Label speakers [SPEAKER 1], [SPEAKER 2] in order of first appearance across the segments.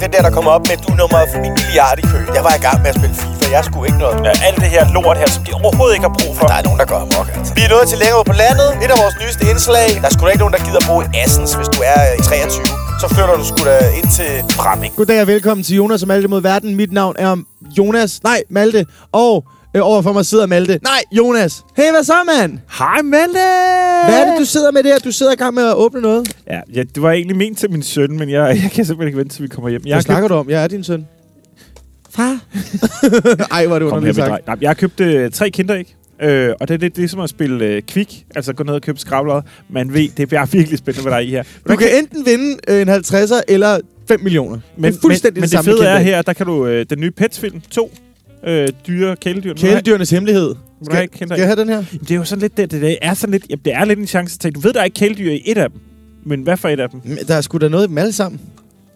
[SPEAKER 1] det der, der kommer op med, du er nummer en milliard i kø. Jeg var i gang med at spille FIFA, jeg skulle ikke noget.
[SPEAKER 2] Ja, alt det her lort her, som de overhovedet ikke har brug for.
[SPEAKER 1] Der er nogen, der går amok, altså. Vi er nået til længere ude på landet. Et af vores nyeste indslag. Der er sgu da ikke nogen, der gider bo i Assens, hvis du er øh, 23. Så flytter du sgu da ind til Bramming.
[SPEAKER 3] Goddag og velkommen til Jonas og Malte mod verden. Mit navn er Jonas. Nej, Malte. Og øh, overfor mig sidder Malte. Nej, Jonas. Hey, hvad så, mand?
[SPEAKER 4] Hej, Malte!
[SPEAKER 3] Hvad er det, du sidder med der? Du sidder i gang med at åbne noget. Hvad
[SPEAKER 4] Ja, ja, det var egentlig ment til min søn, men jeg, jeg kan simpelthen ikke vente, til vi kommer hjem. Jeg har
[SPEAKER 3] snakker du om? Jeg er din søn. Far. Ej, hvor er det
[SPEAKER 4] købt... Kom her,
[SPEAKER 3] underligt
[SPEAKER 4] mit
[SPEAKER 3] sagt.
[SPEAKER 4] drej. Nej, jeg har købt øh, tre kinderæg. Øh, og det er lidt ligesom at spille øh, kvik, altså gå ned og købe skrabler. Man ved, det bliver virkelig spændende, hvad der er i her.
[SPEAKER 3] Du kan enten vinde øh, en 50'er eller 5 millioner. Men, det er fuldstændig det
[SPEAKER 4] men, men
[SPEAKER 3] samme.
[SPEAKER 4] det fede
[SPEAKER 3] med
[SPEAKER 4] er
[SPEAKER 3] kæledyr.
[SPEAKER 4] her, der kan du øh, den nye Pets-film 2, øh, dyre kæledyr. Nu har jeg-
[SPEAKER 3] Kæledyrenes hemmelighed.
[SPEAKER 4] nu har jeg
[SPEAKER 3] Skal,
[SPEAKER 4] ikke kinderæg.
[SPEAKER 3] skal jeg have den her?
[SPEAKER 4] Jamen, Det er jo sådan lidt, det, det, det er sådan lidt, jamen, det er lidt en chance til. Du ved, der er ikke kæledyr i et af dem. Men hvad for et af dem?
[SPEAKER 3] Men Der er sgu da noget i dem alle sammen.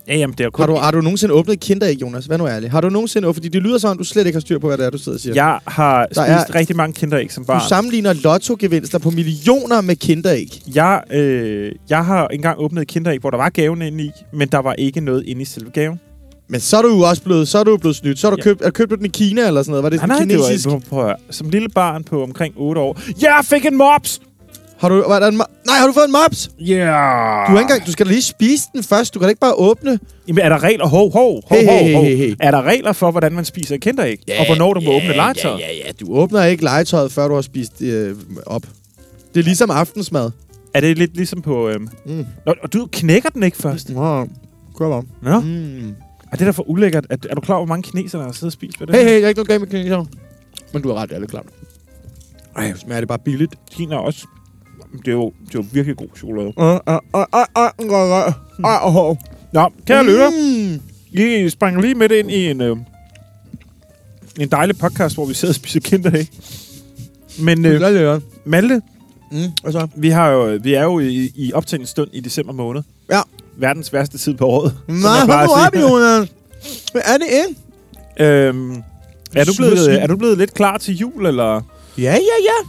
[SPEAKER 4] Ja, jamen, det er jo kun...
[SPEAKER 3] Har du, har du nogensinde åbnet kinderæg, Jonas? Vær nu ærlig. Har du nogensinde... Fordi det lyder sådan, du slet ikke har styr på, hvad det er, du sidder og siger.
[SPEAKER 4] Jeg har spist
[SPEAKER 3] er-
[SPEAKER 4] er... rigtig mange kinderæg som barn.
[SPEAKER 3] Du sammenligner lottogevinster på millioner med kinderæg.
[SPEAKER 4] Jeg, øh, jeg har engang åbnet et kinderæg, hvor der var gaven inde i, men der var ikke noget inde i selve gaven.
[SPEAKER 3] Men så er du jo også blevet, så er du jo blevet snydt. Så har du
[SPEAKER 4] Ja.
[SPEAKER 3] ja. købt, er, købt du den i Kina eller sådan noget. Var det
[SPEAKER 4] Nej,
[SPEAKER 3] sådan
[SPEAKER 4] nej, det var
[SPEAKER 3] kinesisk?
[SPEAKER 4] ikke. Prøv, at høre. som lille barn på omkring 8 år. Jeg fik en mops!
[SPEAKER 3] har du, var der en, mo- nej, har du fået en mops? Du,
[SPEAKER 4] Yeah!
[SPEAKER 3] har ikke engang, du skal da lige spise den først. Du kan da ikke bare åbne.
[SPEAKER 4] Jamen, er der regler? Hov, hov, hov,
[SPEAKER 3] Hey, hey,
[SPEAKER 4] hov, hov.
[SPEAKER 3] hey, hey.
[SPEAKER 4] Er der regler for, hvordan man spiser et kinderæg? og hvornår du må åbne legetøj?
[SPEAKER 3] Ja, ja, ja. Du åbner ikke legetøjet, før du har spist øh, op. Det er ligesom aftensmad.
[SPEAKER 4] Er det lidt ligesom på... Øhm...
[SPEAKER 3] Mm.
[SPEAKER 4] Nå, og du knækker den ikke først?
[SPEAKER 3] Wow. Kom om.
[SPEAKER 4] Nå,
[SPEAKER 3] Mm.
[SPEAKER 4] er det der for ulækkert? Er, er du klar, over, hvor mange kinesere, der har siddet og spist på det?
[SPEAKER 3] Hey, hey, der er ikke noget galt med kineser. Men du har ret, det er lidt klart. Ej, smager det bare billigt.
[SPEAKER 4] Kina er også... Det er, jo, det er jo virkelig god chokolade.
[SPEAKER 3] Åh, åh, åh, åh, åh, åh, åh, åh, åh.
[SPEAKER 4] Nå, kære mm. lytter.
[SPEAKER 3] Mm.
[SPEAKER 4] Vi sprang lige midt ind i en, øh, en dejlig podcast, hvor vi sidder og spiser kinderæg. Men
[SPEAKER 3] Det
[SPEAKER 4] øh,
[SPEAKER 3] gør det, ja.
[SPEAKER 4] Malte,
[SPEAKER 3] Mm. Hvad så?
[SPEAKER 4] vi, har jo, vi er jo i, i optagende stund i december måned.
[SPEAKER 3] Ja.
[SPEAKER 4] Verdens værste tid på året. som
[SPEAKER 3] Nå,
[SPEAKER 4] jeg
[SPEAKER 3] hold
[SPEAKER 4] plejer
[SPEAKER 3] nu
[SPEAKER 4] at
[SPEAKER 3] op,
[SPEAKER 4] sige.
[SPEAKER 3] Jonas. Hvad er det, ikke?
[SPEAKER 4] Øhm, er, du
[SPEAKER 3] Smudsvin.
[SPEAKER 4] blevet, er du blevet lidt klar til jul, eller?
[SPEAKER 3] Ja, ja, ja.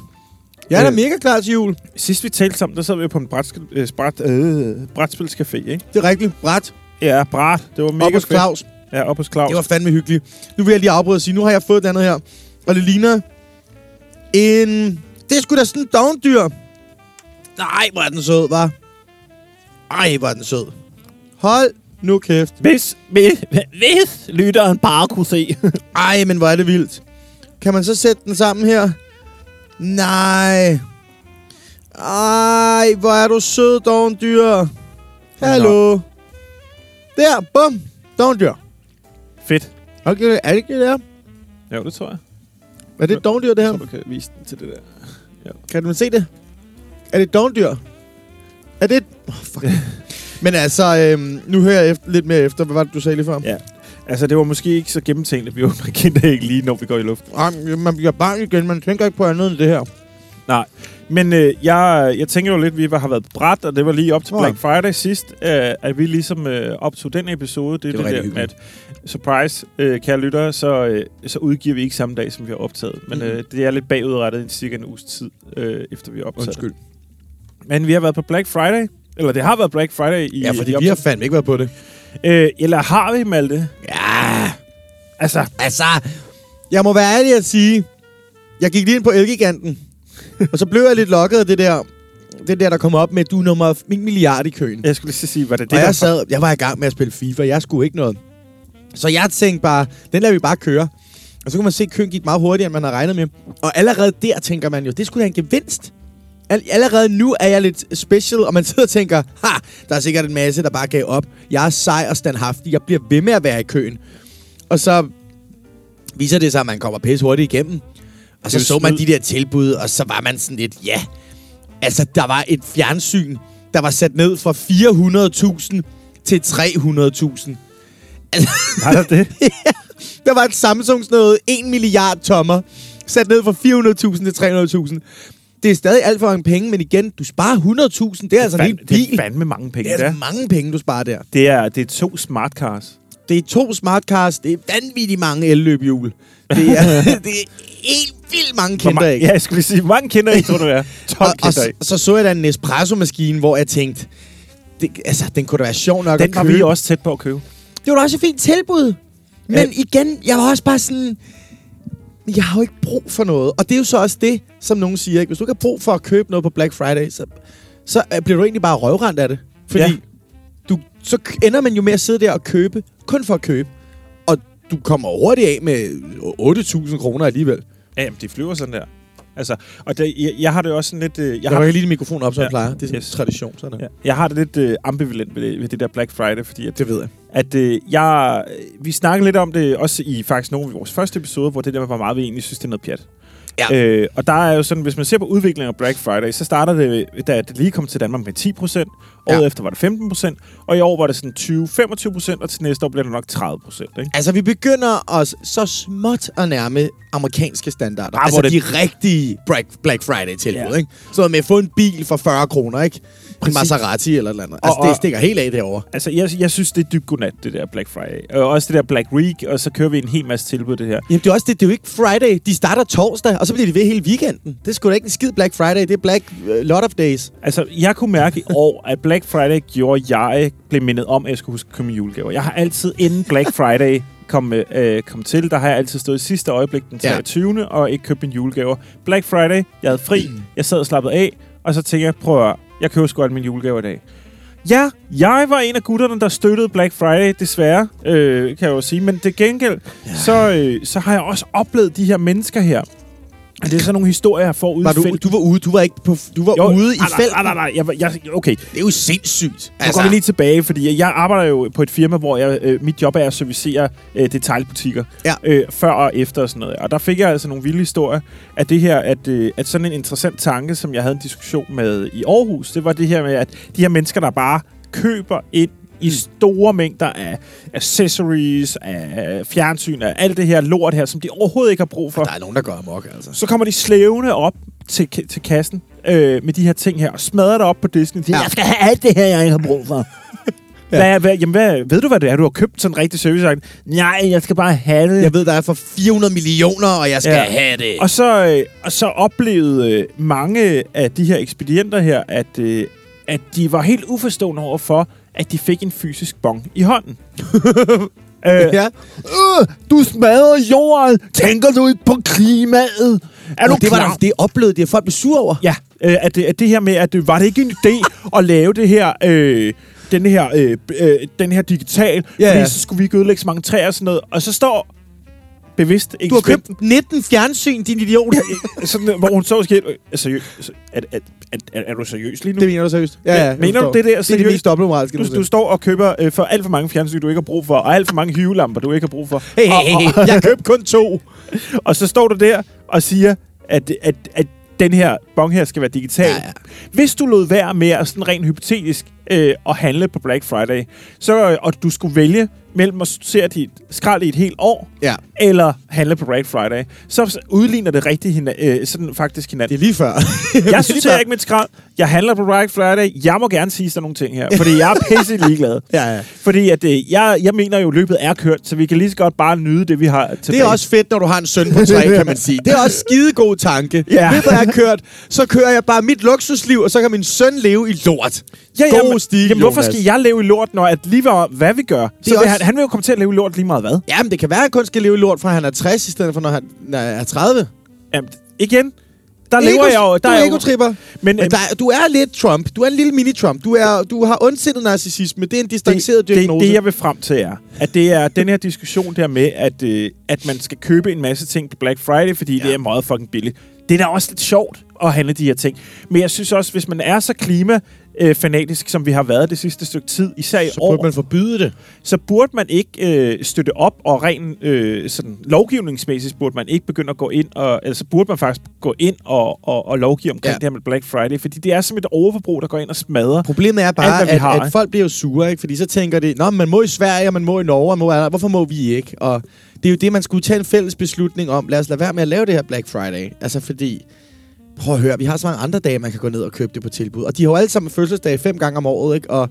[SPEAKER 3] Jeg er da
[SPEAKER 4] Øh.
[SPEAKER 3] mega klar til jul.
[SPEAKER 4] Sidst vi talte sammen, der sad vi jo på en bræt, øh, bræt, øh, brætspilscafé, ikke?
[SPEAKER 3] Det er rigtigt. Bræt.
[SPEAKER 4] Ja, bræt. Det var mega
[SPEAKER 3] Op hos
[SPEAKER 4] fedt.
[SPEAKER 3] Claus.
[SPEAKER 4] Ja, op hos Claus.
[SPEAKER 3] Det var fandme hyggeligt. Nu vil jeg lige afbryde og sige, nu har jeg fået det andet her. Og det ligner en... Det er sgu da sådan en dogndyr. Nej, hvor er den sød, var. Ej, hvor er den sød. Hold nu kæft.
[SPEAKER 4] Hvis, hvis, hvis lytteren bare kunne se.
[SPEAKER 3] Ej, men hvor er det vildt. Kan man så sætte den sammen her? Nej. Ej, hvor er du sød, dogendyr. Hallo. Der, bum. Dogendyr.
[SPEAKER 4] fedt.
[SPEAKER 3] Okay, er det ikke det der?
[SPEAKER 4] Jo, det tror jeg.
[SPEAKER 3] Er det et dogendyr, det
[SPEAKER 4] Jeg
[SPEAKER 3] her?
[SPEAKER 4] tror, du kan vise den til det der.
[SPEAKER 3] Kan man se det? Er det et dogendyr? Er det et... Oh, fuck. men altså, øhm, nu hører jeg efter, lidt mere efter. Hvad var det, du sagde lige før?
[SPEAKER 4] Ja. Altså, det var måske ikke så gennemtænkt, at vi åbner kinderæg lige, når vi går i luften.
[SPEAKER 3] Ej, man bliver barn igen. Man tænker ikke på andet end det her.
[SPEAKER 4] Nej. Men øh, jeg, jeg tænker jo lidt, vi har været bræt, og det var lige op til
[SPEAKER 3] Nå.
[SPEAKER 4] Black Friday sidst, øh, at vi ligesom øh, optog den episode. Det,
[SPEAKER 3] var
[SPEAKER 4] det, det der
[SPEAKER 3] rigtig
[SPEAKER 4] med, at surprise, øh, kære lyttere, så, øh, så udgiver vi ikke samme dag, som vi har optaget. Men
[SPEAKER 3] Mhm.
[SPEAKER 4] øh, det er lidt bagudrettet i cirka en uges tid, øh, efter vi har optaget. det. Men vi har været på Black Friday. Eller det har været Black Friday i
[SPEAKER 3] Ja, fordi
[SPEAKER 4] i
[SPEAKER 3] vi har
[SPEAKER 4] optagelsen.
[SPEAKER 3] fandme ikke været på det.
[SPEAKER 4] øh, Eller har vi, Malte?
[SPEAKER 3] Ja,
[SPEAKER 4] Altså,
[SPEAKER 3] Altså, jeg må være ærlig at sige, jeg gik lige ind på Elgiganten, og så blev jeg lidt lokket af det der, det der, der kom op med, du er nummer f- min milliard i køen.
[SPEAKER 4] jeg skulle lige så sige, var det det,
[SPEAKER 3] Det og
[SPEAKER 4] der
[SPEAKER 3] jeg, sad, jeg var i gang med at spille FIFA, jeg skulle ikke noget. Så jeg tænkte bare, den lader vi bare køre. Og så kunne man se, at køen gik meget hurtigere, end man havde regnet med. Og allerede der tænker man jo, det skulle da en gevinst. Al- Allerede nu er jeg lidt special, og man sidder og tænker, ha, der er sikkert en masse, der bare gav op. Jeg er sej og standhaftig, jeg bliver ved med at være i køen. Og så viser det sig, at man kommer pisse hurtigt igennem. Og så
[SPEAKER 4] Det er
[SPEAKER 3] så
[SPEAKER 4] jo
[SPEAKER 3] man de
[SPEAKER 4] snyd.
[SPEAKER 3] der tilbud, og så var man sådan lidt, ja. Altså, der var et fjernsyn, der var sat ned fra 400.000 til 300.000.
[SPEAKER 4] Var der det?
[SPEAKER 3] Der var et Samsung sådan noget 1 milliard tommer, sat ned fra 400.000 til 300.000. Det er stadig alt for mange penge, men igen, du sparer 100.000. Det er altså en hel
[SPEAKER 4] Fan, det er
[SPEAKER 3] bil.
[SPEAKER 4] fandme mange penge,
[SPEAKER 3] Det er
[SPEAKER 4] det
[SPEAKER 3] altså
[SPEAKER 4] er.
[SPEAKER 3] mange penge, du sparer der.
[SPEAKER 4] Det er, det er to smart cars.
[SPEAKER 3] Det er to smartcars, det er vanvittigt mange elløbehjul. Det er, det er helt vildt mange
[SPEAKER 4] Hvor ma-
[SPEAKER 3] kinder, ikke?
[SPEAKER 4] Ja, jeg skulle lige sige, hvor mange kinder ikke, tror du det er? 12
[SPEAKER 3] og, og
[SPEAKER 4] kinder
[SPEAKER 3] så,
[SPEAKER 4] ikke.
[SPEAKER 3] så så jeg da en Nespresso-maskine, hvor jeg tænkte, det, altså, den kunne da være sjov nok at
[SPEAKER 4] Den var
[SPEAKER 3] købe.
[SPEAKER 4] vi også tæt på at købe.
[SPEAKER 3] Det, det var da også et fint tilbud. Men
[SPEAKER 4] Ja.
[SPEAKER 3] igen, jeg var også bare sådan... Jeg har jo ikke brug for noget. Og det er jo så også det, som nogen siger. Ikke? Hvis du ikke har brug for at købe noget på Black Friday, så, så øh, bliver du egentlig bare røvrendt af det. Fordi
[SPEAKER 4] Ja.
[SPEAKER 3] ja. du, så k- ender man jo med at sidde der og købe, kun for at købe. Og du kommer hurtigt af med 8.000 kroner alligevel.
[SPEAKER 4] Ja, jamen, de flyver sådan der. Altså, og der, jeg, jeg har det også sådan lidt... Øh, jeg,
[SPEAKER 3] Jeg
[SPEAKER 4] har,
[SPEAKER 3] har lige din mikrofon op, som ja.
[SPEAKER 4] Ja.
[SPEAKER 3] jeg plejer. Det er sådan en
[SPEAKER 4] Yes.
[SPEAKER 3] tradition, sådan noget.
[SPEAKER 4] ja, jeg har det lidt øh, ambivalent ved det, ved det der Black Friday, fordi at,
[SPEAKER 3] Det ved jeg.
[SPEAKER 4] at øh, jeg, vi snakkede lidt om det også i faktisk nogle af vores første episoder, hvor det der med, hvor meget vi egentlig synes, det er noget pjat.
[SPEAKER 3] Ja.
[SPEAKER 4] Øh, og der er jo sådan, hvis man ser på udviklingen af Black Friday, så starter det, da det lige kom til Danmark med 10 procent, året
[SPEAKER 3] Ja.
[SPEAKER 4] efter var det 15 procent, og i år var det sådan 20-25 procent, og til næste år bliver det nok 30 procent, ikke?
[SPEAKER 3] Altså, vi begynder os så småt at nærme amerikanske standarder.
[SPEAKER 4] Ah,
[SPEAKER 3] altså,
[SPEAKER 4] hvor det-
[SPEAKER 3] de rigtige Black, Black Friday-tilbud,
[SPEAKER 4] Ja.
[SPEAKER 3] ja. ikke? Så med at få en bil for 40 kroner, ikke?
[SPEAKER 4] Præcis.
[SPEAKER 3] Præcis. En Maserati eller et eller andet. Altså,
[SPEAKER 4] Og- og-
[SPEAKER 3] det stikker helt af derovre.
[SPEAKER 4] Altså, jeg, jeg synes, det er dybt godnat, det der Black Friday. Og også det der Black Week, og så kører vi en hel masse tilbud, det her.
[SPEAKER 3] Jamen, det er, også det, det er jo ikke Friday. De starter torsdag, og så bliver de ved hele weekenden. Det er sgu da ikke en skid Black Friday. Det er Black uh, Lot of Days.
[SPEAKER 4] Altså, jeg kunne mærke i år, at Black Friday gjorde, at jeg blev mindet om, at jeg skulle huske at købe mine julegaver. Jeg har altid, inden Black Friday kom, øh, kom til, der har jeg altid stået i sidste øjeblik den
[SPEAKER 3] Ja.
[SPEAKER 4] 23. Ja. og ikke købt mine julegaver. Black Friday, jeg havde fri, jeg sad og slappede af, og så tænkte jeg, prøv at høre, jeg køber sgu alle mine julegaver i dag. Ja, jeg var en af gutterne, der støttede Black Friday, desværre, øh, kan jeg jo sige. Men til gengæld, ja. så, øh, så har jeg også oplevet de her mennesker her. Og det er sådan nogle historier, jeg får ude
[SPEAKER 3] Var
[SPEAKER 4] i
[SPEAKER 3] du,
[SPEAKER 4] felten.
[SPEAKER 3] du var ude, du var ikke på, du var jo, ude i
[SPEAKER 4] nej,
[SPEAKER 3] felten. Altså-
[SPEAKER 4] Nej, nej, nej. Jeg, var- jeg, okay, nu
[SPEAKER 3] Det er jo sindssygt.
[SPEAKER 4] går vi lige tilbage, fordi jeg arbejder jo på et firma, hvor jeg, øh, mit job er at servicere øh, detailbutikker.
[SPEAKER 3] Ja.
[SPEAKER 4] Øh, før og efter og sådan noget. Og der fik jeg altså nogle vilde historier af det her, at, øh, at sådan en interessant tanke, som jeg havde en diskussion med i Aarhus, det var det her med, at de her mennesker, der bare køber ind
[SPEAKER 3] Mm.
[SPEAKER 4] i store mængder af accessories, af fjernsyn, af alt det her lort her, som de overhovedet ikke har brug for.
[SPEAKER 3] der er nogen, der går amok, altså.
[SPEAKER 4] Så kommer de slævende op til, ka- til kassen øh, med de her ting her, og smadrer det op på disken. Ja.
[SPEAKER 3] skal have alt det her, jeg ikke har brug for.
[SPEAKER 4] Hvad, er- hvad, jamen, hvad, ved du, hvad det er, du har købt sådan en rigtig service? Nej, jeg skal bare have det.
[SPEAKER 3] Jeg ved, der er for 400 millioner, og jeg skal
[SPEAKER 4] Ja.
[SPEAKER 3] ja. have det.
[SPEAKER 4] Og så, øh, og så oplevede øh, mange af de her ekspedienter her, at, øh, at de var helt uforstående overfor, at de fik en fysisk bong i hånden. øh,
[SPEAKER 3] Ja.
[SPEAKER 4] øh, du smadrer jorden. Tænker du ikke på klimaet? Er
[SPEAKER 3] Nå, det, var der, det oplevede det, at folk blev sure over.
[SPEAKER 4] Ja, øh, at, det- at det her med, at det, var det ikke en idé at lave det her... Øh, den her, øh, øh, den her digital, ja,
[SPEAKER 3] Ja,
[SPEAKER 4] fordi
[SPEAKER 3] ja.
[SPEAKER 4] så skulle vi ikke ødelægge så mange træer og sådan noget. Og så står bevidst
[SPEAKER 3] Du har købt 19 fjernsyn, din idiot.
[SPEAKER 4] sådan, øh, hvor hun så og siger, øh, seriøst, er, er, er, er, er du seriøs lige nu?
[SPEAKER 3] det mener du seriøst? Ja, ja. jeg
[SPEAKER 4] mener du,
[SPEAKER 3] forstår.
[SPEAKER 4] det der
[SPEAKER 3] Det er det
[SPEAKER 4] seriøst?
[SPEAKER 3] mest dobbeltmoralske,
[SPEAKER 4] du, du
[SPEAKER 3] nogensinde.
[SPEAKER 4] står og køber øh, for alt for mange fjernsyn, du ikke har brug for, og alt for mange hivelamper, du ikke har brug for.
[SPEAKER 3] Hey, hey, hey, hey. Jeg købte kun to.
[SPEAKER 4] Og så står du der og siger, at, at, at den her bong her skal være digital.
[SPEAKER 3] Ja, ja.
[SPEAKER 4] Hvis du lod være med at sådan rent hypotetisk øh, at handle på Black Friday, så, øh, og du skulle vælge mellem at sortere dit skrald i et helt år,
[SPEAKER 3] Ja.
[SPEAKER 4] eller handle på Black Friday, så udligner det rigtig hina- øh, sådan faktisk hinanden.
[SPEAKER 3] Det er lige før.
[SPEAKER 4] Jeg synes jeg ikke mit skrald. Jeg handler på Black Friday. Jeg må gerne sige sådan nogle ting her, fordi jeg er pisse ligeglad.
[SPEAKER 3] Ja, ja.
[SPEAKER 4] Fordi at, øh, jeg, jeg mener jo, løbet er kørt, så vi kan lige så godt bare nyde det, vi har tilbage.
[SPEAKER 3] Det er også fedt, når du har en søn på tre, kan man sige. Det er også skidegod tanke.
[SPEAKER 4] Ja.
[SPEAKER 3] Ved du, jeg har kørt, så kører jeg bare mit luksusliv, og så kan min søn leve i lort. God
[SPEAKER 4] men-
[SPEAKER 3] stil,
[SPEAKER 4] jamen, hvorfor
[SPEAKER 3] Jonas.
[SPEAKER 4] skal jeg leve i lort, når at lige var, hvad vi gør? Så vil
[SPEAKER 3] også-
[SPEAKER 4] han, han vil jo komme til at leve i lort lige meget hvad?
[SPEAKER 3] Jamen, det kan være, at jeg kun skal leve i lort, fra han er 60, i stedet for, når han når jeg er 30.
[SPEAKER 4] Jamen, igen, der lever jeg jo... Der
[SPEAKER 3] du
[SPEAKER 4] er
[SPEAKER 3] er
[SPEAKER 4] jo
[SPEAKER 3] egotripper.
[SPEAKER 4] Men,
[SPEAKER 3] Men,
[SPEAKER 4] øhm,
[SPEAKER 3] men der, er- du er lidt Trump. Du er en lille mini-Trump. Du, er, du har ondsindet narcissisme. Det er en distanceret
[SPEAKER 4] det, det,
[SPEAKER 3] diagnose.
[SPEAKER 4] det, jeg vil frem til er, at det er den her diskussion der med, at, øh, at man skal købe en masse ting på Black Friday, fordi ja. det er meget fucking billigt. Det er da også lidt sjovt at handle de her ting. Men jeg synes også, hvis man er så klimafanatisk, som vi har været det sidste stykke tid, især i
[SPEAKER 3] så
[SPEAKER 4] år,
[SPEAKER 3] burde man forbyde det.
[SPEAKER 4] så burde man ikke øh, støtte op, og rent øh, sådan, lovgivningsmæssigt burde man ikke begynde at gå ind, og, eller så burde man faktisk gå ind og, og, og lovgive omkring
[SPEAKER 3] Ja.
[SPEAKER 4] det her med Black Friday, fordi det er som et overforbrug, der går ind og smadrer.
[SPEAKER 3] Problemet er bare,
[SPEAKER 4] Alt, hvad vi
[SPEAKER 3] at,
[SPEAKER 4] har,
[SPEAKER 3] har,
[SPEAKER 4] ikke?
[SPEAKER 3] at folk bliver jo sure, ikke? fordi så tænker de, Nå, man må i Sverige, og man må i Norge, og man må, alle- hvorfor må vi ikke? Og det er jo det, man skulle tage en fælles beslutning om. Lad os lade være med at lave det her Black Friday. Altså fordi, prøv at høre, vi har så mange andre dage, man kan gå ned og købe det på tilbud. Og de har jo alle sammen fødselsdage fem gange om året, ikke? Og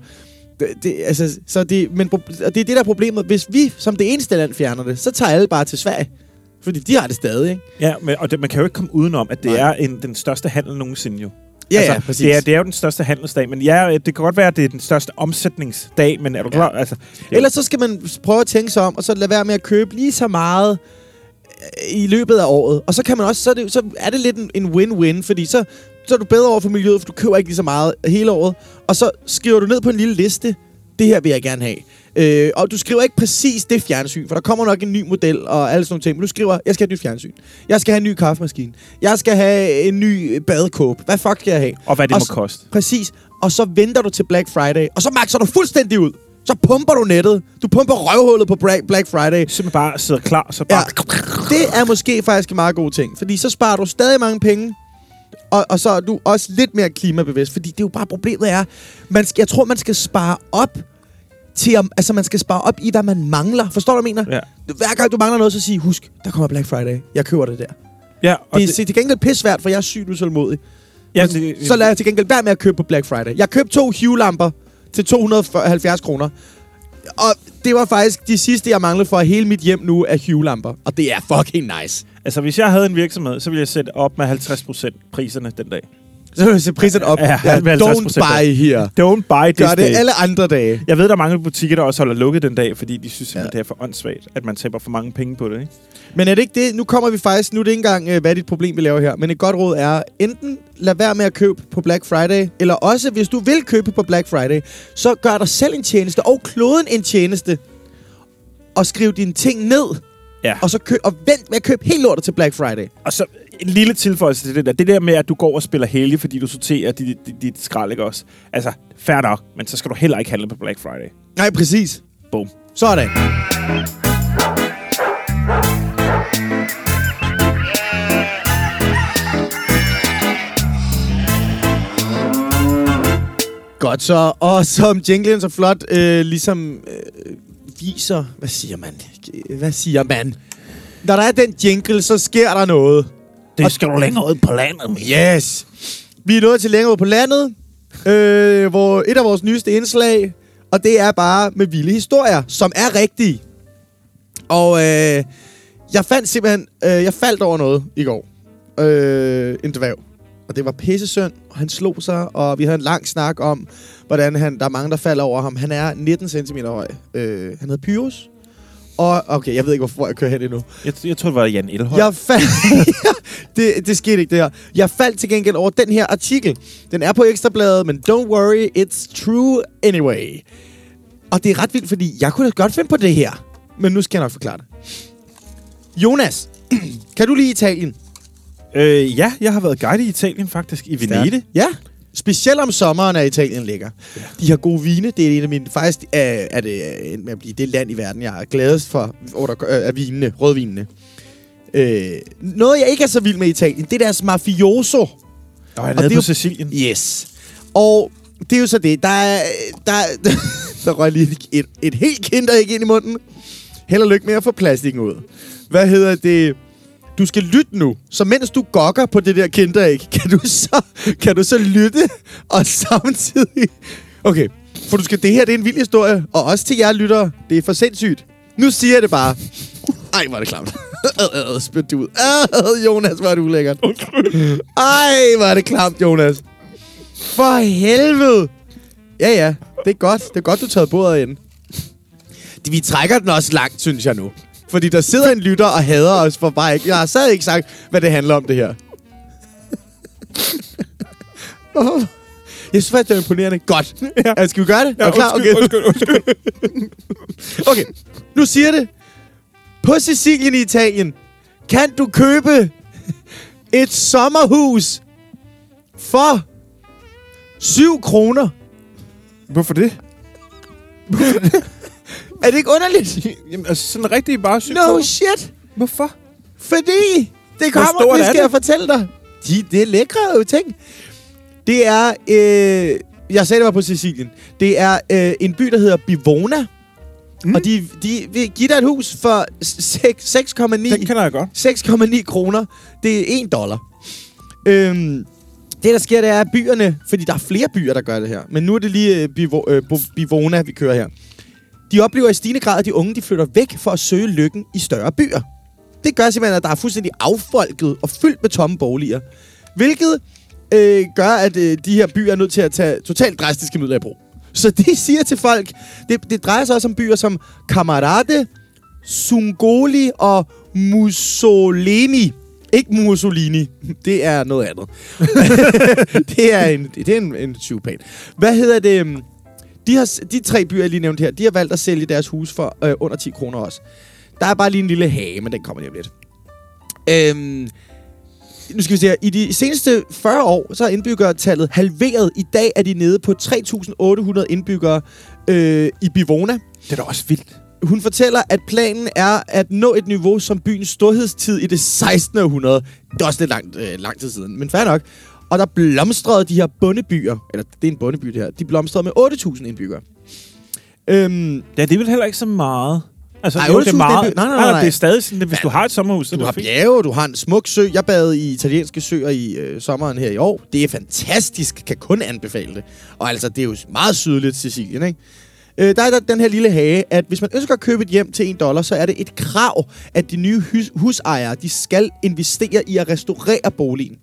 [SPEAKER 3] det, det, altså, så det, men, pro- og det er det, der er problemet. Hvis vi som det eneste land fjerner det, så tager alle bare til Sverige. Fordi de har det stadig, ikke?
[SPEAKER 4] Ja, men, og det, man kan jo ikke komme udenom, at det
[SPEAKER 3] Nej.
[SPEAKER 4] er en, den største handel nogensinde jo. Altså,
[SPEAKER 3] Ja, ja, præcis.
[SPEAKER 4] Det er, det er jo den største handelsdag, men ja, øh, det kan godt være, at det er den største omsætningsdag, men er du klar? Ja. Altså, det er jo-
[SPEAKER 3] Ellers så skal man s- prøve at tænke sig om, og så lade være med at købe lige så meget øh, i løbet af året. Og så kan man også, så er det, så er det lidt en, en win-win, fordi så, så er du bedre over for miljøet, for du køber ikke lige så meget hele året. Og så skriver du ned på en lille liste, det her vil jeg gerne have. Øh, og du skriver ikke præcis det fjernsyn, for der kommer nok en ny model og alle sådan nogle ting. Men du skriver, jeg skal have et nyt fjernsyn. Jeg skal have en ny kaffemaskine. Jeg skal have en ny øh, badekåbe. Hvad fuck skal jeg have?
[SPEAKER 4] og hvad det
[SPEAKER 3] og
[SPEAKER 4] må
[SPEAKER 3] så-
[SPEAKER 4] koste.
[SPEAKER 3] Præcis. Og så venter du til Black Friday, og så maxer du fuldstændig ud. Så pumper du nettet. Du pumper røvhullet på Bra- Black Friday.
[SPEAKER 4] Simpelthen bare sidder klar, så
[SPEAKER 3] Ja,
[SPEAKER 4] bare...
[SPEAKER 3] det er måske faktisk en meget god ting, fordi så sparer du stadig mange penge, og, og så er du også lidt mere klimabevidst, fordi det er jo bare problemet er, man skal, jeg tror, man skal spare op til, at- altså man skal spare op i, hvad man mangler. Forstår du, hvad jeg mener?
[SPEAKER 4] Ja.
[SPEAKER 3] Hver gang du mangler noget, så sig, husk, der kommer Black Friday. Jeg køber det der.
[SPEAKER 4] Ja, og
[SPEAKER 3] Det er det, til gengæld pissvært, for jeg er sygt utålmodig.
[SPEAKER 4] ja,
[SPEAKER 3] Men Altså, så lader jeg til gengæld være med at købe på Black Friday. Jeg købte to Hue-lamper til 270 kroner. Og det var faktisk de sidste, jeg manglede for hele mit hjem nu af Hue-lamper. Og det er fucking nice.
[SPEAKER 4] Altså, hvis jeg havde en virksomhed, så ville jeg sætte op med 50% priserne den dag.
[SPEAKER 3] Så vil jeg sætte prisen op.
[SPEAKER 4] Ja,
[SPEAKER 3] Ja,
[SPEAKER 4] 50%
[SPEAKER 3] don't buy here.
[SPEAKER 4] Don't buy this
[SPEAKER 3] Gør
[SPEAKER 4] day.
[SPEAKER 3] det alle andre dage.
[SPEAKER 4] Jeg ved, der er mange butikker, der også holder lukket den dag, fordi de synes, at
[SPEAKER 3] Ja.
[SPEAKER 4] det er for åndssvagt, at man taber for mange penge på det. Ikke?
[SPEAKER 3] Men er det ikke det? Nu kommer vi faktisk... Nu er det ikke engang, øh, hvad er dit problem, vi laver her. Men et godt råd er, enten lad være med at købe på Black Friday, eller også, hvis du vil købe på Black Friday, så gør dig selv en tjeneste, og kloden en tjeneste, og skriv dine ting ned.
[SPEAKER 4] Ja.
[SPEAKER 3] Og, så køb, og vent med at købe helt lortet til Black Friday.
[SPEAKER 4] Og så en lille tilføjelse til det der. Det der med, at du går og spiller helge, fordi du sorterer dit, dit, dit skrald, ikke også? Altså, fair nok, men så skal du heller ikke handle på Black Friday.
[SPEAKER 3] Nej, præcis.
[SPEAKER 4] Boom.
[SPEAKER 3] Sådan. Godt så. Og som jinglen så flot øh, ligesom øh, viser... Hvad siger man? Hvad siger man? Når der er den jingle, så sker der noget.
[SPEAKER 2] Det skal du længere ud på landet.
[SPEAKER 3] Yes! Vi er nået til længere ud på landet, øh, hvor et af vores nyeste indslag, og det er bare med vilde historier, som er rigtige. Og øh, jeg fandt simpelthen, øh, jeg faldt over noget i går. Øh, en dværg. Og det var pissesøn, og han slog sig, og vi havde en lang snak om, hvordan han, der er mange, der falder over ham. Han er 19 cm høj. Øh, han hedder Pyrus. Og, okay, jeg ved ikke, hvorfor jeg kører hen endnu.
[SPEAKER 4] Jeg, jeg tror, det var Jan Elhøj.
[SPEAKER 3] Jeg faldt... det, det skete ikke, det her. Jeg faldt til gengæld over den her artikel. Den er på Ekstrabladet, men don't worry, it's true anyway. Og det er ret vildt, fordi jeg kunne da godt finde på det her. Men nu skal jeg nok forklare det. Jonas, kan du lide Italien?
[SPEAKER 4] Øh, ja, jeg har været guide i Italien faktisk, i Venedig.
[SPEAKER 3] Ja. Specielt om sommeren er Italien lækker. Ja. De har gode vine. Det er en af mine... Faktisk øh, er det, øh, endte med at blive det land i verden, jeg er gladest for under, øh, af vinene, rødvinene. Øh, noget, jeg ikke er så vild med i Italien, det er deres mafioso.
[SPEAKER 4] Og han
[SPEAKER 3] Og
[SPEAKER 4] er
[SPEAKER 3] det
[SPEAKER 4] nede
[SPEAKER 3] er
[SPEAKER 4] på
[SPEAKER 3] jo-
[SPEAKER 4] Sicilien.
[SPEAKER 3] Yes. Og det er jo så det. Der er... Der, er- der røg lige et, et helt kinder ikke ind i munden. Held og lykke med at få plastikken ud. Hvad hedder det? Du skal lytte nu. Så mens du gokker på det der kinderæg, kan du så, kan du så lytte, og samtidig... Okay, for du skal det her, det er en vild historie. Og også til jer lyttere, det er for sindssygt. Nu siger jeg det bare. Ej, hvor er det klamt. Ad, ad, ad, Spyt det ud. Ad, Jonas, hvor er det ulækkert. Ej, hvor er det klamt, Jonas. For helvede. Ja, ja. Det er godt. Det er godt, du har taget bordet ind. Vi trækker den også langt, synes jeg nu. Fordi der sidder en lytter og hader os for bare ikke... Jeg har stadig ikke sagt, hvad det handler om, det her. Hvorfor? Jeg synes faktisk, det er imponerende. Godt. Ja. Skal vi gøre det? Ja, er du klar?
[SPEAKER 4] undskyld,
[SPEAKER 3] okay. okay, nu siger det. På Sicilien i Italien kan du købe et sommerhus for 7 kroner.
[SPEAKER 4] Hvorfor det?
[SPEAKER 3] Er det ikke underligt?
[SPEAKER 4] Jamen, altså sådan rigtig bare sygt.
[SPEAKER 3] No shit!
[SPEAKER 4] Hvorfor?
[SPEAKER 3] Fordi det
[SPEAKER 4] stort
[SPEAKER 3] kommer, det
[SPEAKER 4] er
[SPEAKER 3] skal
[SPEAKER 4] det?
[SPEAKER 3] jeg fortælle dig. De, det er lækre jo ting. Det er, øh, jeg sagde det var på Sicilien. Det er øh, en by, der hedder Bivona. Mm. Og de, de vil give dig et hus for seks- 6,9
[SPEAKER 4] Den kender jeg godt.
[SPEAKER 3] 6,9 kroner. Det er 1 dollar. Øhm, det, der sker, det er, at byerne... Fordi der er flere byer, der gør det her. Men nu er det lige øh, Bivo, øh, Bo- Bivona, vi kører her. De oplever i stigende grad, at de unge de flytter væk for at søge lykken i større byer. Det gør simpelthen, at der er fuldstændig affolket og fyldt med tomme boliger. Hvilket øh, gør, at øh, de her byer er nødt til at tage totalt drastiske midler i brug. Så de siger til folk, det, det drejer sig også om byer som Camarade, Sungoli og Mussolini. Ikke Mussolini. Det er noget andet. det er en, det er en, en psykopat. Hvad hedder det? øhm, De, har, s- de tre byer, jeg lige nævnte her, de har valgt at sælge deres hus for øh, under 10 kroner også. Der er bare lige en lille hage, men den kommer lige om lidt. Øhm, nu skal vi se her. I de seneste 40 år, så er indbyggertallet halveret. I dag er de nede på 3.800 indbyggere øh, i Bivona.
[SPEAKER 4] Det er da også vildt.
[SPEAKER 3] Hun fortæller, at planen er at nå et niveau som byens storhedstid i det 16. århundrede. Det er også lidt langt, øh, lang tid siden, men fair nok. Og der blomstrede de her bondebyer, eller det er en bondeby det her, de blomstrede med 8.000 indbyggere. Øhm,
[SPEAKER 4] Ja, det er vel heller ikke så meget. Altså,
[SPEAKER 3] Ej,
[SPEAKER 4] jo, det
[SPEAKER 3] 8.000
[SPEAKER 4] er meget.
[SPEAKER 3] det er- nej, nej, nej, nej.
[SPEAKER 4] det er stadig sådan, at hvis du har et sommerhus, så er
[SPEAKER 3] du
[SPEAKER 4] det
[SPEAKER 3] har
[SPEAKER 4] fint.
[SPEAKER 3] bjerge, du har en smuk sø. Jeg bad i italienske søer i øh, sommeren her i år. Det er fantastisk, kan kun anbefale det. Og altså, det er jo meget sydligt Sicilien, ikke? Øh, der er der den her lille hage, at hvis man ønsker at købe et hjem til en dollar, så er det et krav, at de nye hus- husejere, de skal investere i at restaurere boligen.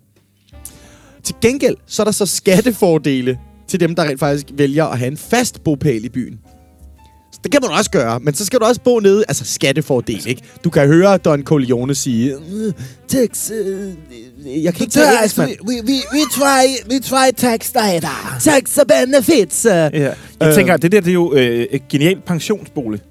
[SPEAKER 3] Til gengæld, så er der så skattefordele til dem, der rent faktisk vælger at have en fast bopæl i byen. Så Det kan man også gøre, men så skal du også bo nede. Altså, skattefordel, ikke? Du kan høre Don Corleone sige, "Øh, Tex, øh, jeg kan ikke tage engelsk, mand.
[SPEAKER 2] we, we, we try, we try tax later.
[SPEAKER 3] Tax og benefits. øh."
[SPEAKER 4] Ja. Jeg
[SPEAKER 3] Øh.
[SPEAKER 4] øh. tænker, at det der det er jo øh, et genialt pensionsbolig.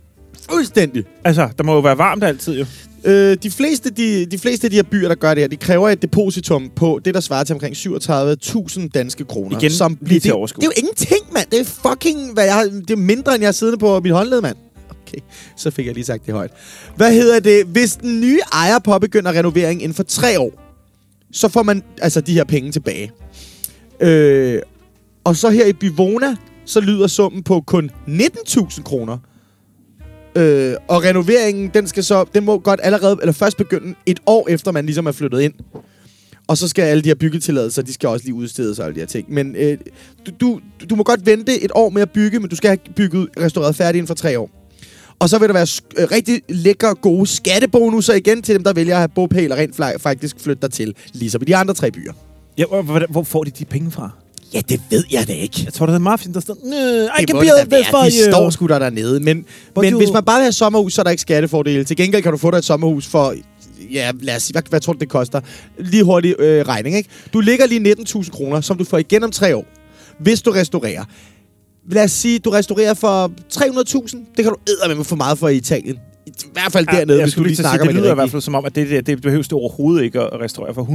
[SPEAKER 3] Fuldstændig.
[SPEAKER 4] Altså, der må jo være varmt altid, jo.
[SPEAKER 3] Øh, de, fleste, de, de fleste af de her byer, der gør det her, de kræver et depositum på det, der svarer til omkring 37.000 danske kroner.
[SPEAKER 4] Igen,
[SPEAKER 3] som
[SPEAKER 4] lige
[SPEAKER 3] bliver-
[SPEAKER 4] til
[SPEAKER 3] det,
[SPEAKER 4] overskud.
[SPEAKER 3] det er jo ingenting, mand. Det er fucking... Hvad jeg, har- det er mindre, end jeg har siddende på mit håndled, mand. Okay, så fik jeg lige sagt det højt. Hvad hedder det? Hvis den nye ejer påbegynder renoveringen inden for tre år, så får man altså de her penge tilbage. Øh, og så her i Bivona, så lyder summen på kun 19.000 kroner. Øh, og renoveringen, den skal så, den må godt allerede, eller først begynde et år efter, man ligesom er flyttet ind. Og så skal alle de her byggetilladelser, de skal også lige udstedes og alle de her ting. Men øh, du, du, du må godt vente et år med at bygge, men du skal have bygget restaureret færdigt inden for tre år. Og så vil der være sk- øh, rigtig lækre, gode skattebonusser igen til dem, der vælger at have bopæl og rent fly- faktisk flytte dig til, ligesom i de andre tre byer.
[SPEAKER 4] Ja, hvor, hvor, hvor får de de penge fra?
[SPEAKER 3] Ja, det ved jeg da ikke.
[SPEAKER 4] Jeg tror, det er meget fint, der står... "Øh, I
[SPEAKER 3] Det
[SPEAKER 4] can
[SPEAKER 3] må
[SPEAKER 4] build
[SPEAKER 3] det da
[SPEAKER 4] this for
[SPEAKER 3] være. De
[SPEAKER 4] you."
[SPEAKER 3] står sgu der dernede. Men,
[SPEAKER 4] Hvor
[SPEAKER 3] men
[SPEAKER 4] du-
[SPEAKER 3] hvis man bare vil have sommerhus, så er der ikke skattefordele. Til gengæld kan du få dig et sommerhus for... Ja, lad os sige, hvad, hvad tror du, det koster? Lige hurtig øh, regning, ikke? Du ligger lige 19.000 kroner, som du får igen om tre år, hvis du restaurerer. Lad os sige, du restaurerer for 300.000. Det kan du eddermame for meget for i Italien. I hvert fald
[SPEAKER 4] Ja,
[SPEAKER 3] dernede,
[SPEAKER 4] jeg
[SPEAKER 3] hvis du
[SPEAKER 4] skulle
[SPEAKER 3] lige
[SPEAKER 4] til at sige,
[SPEAKER 3] snakker med
[SPEAKER 4] det
[SPEAKER 3] det
[SPEAKER 4] lyder i hvert
[SPEAKER 3] rigtige.
[SPEAKER 4] fald som om, at det, der, det behøves du overhovedet ikke at restaurere for 100.000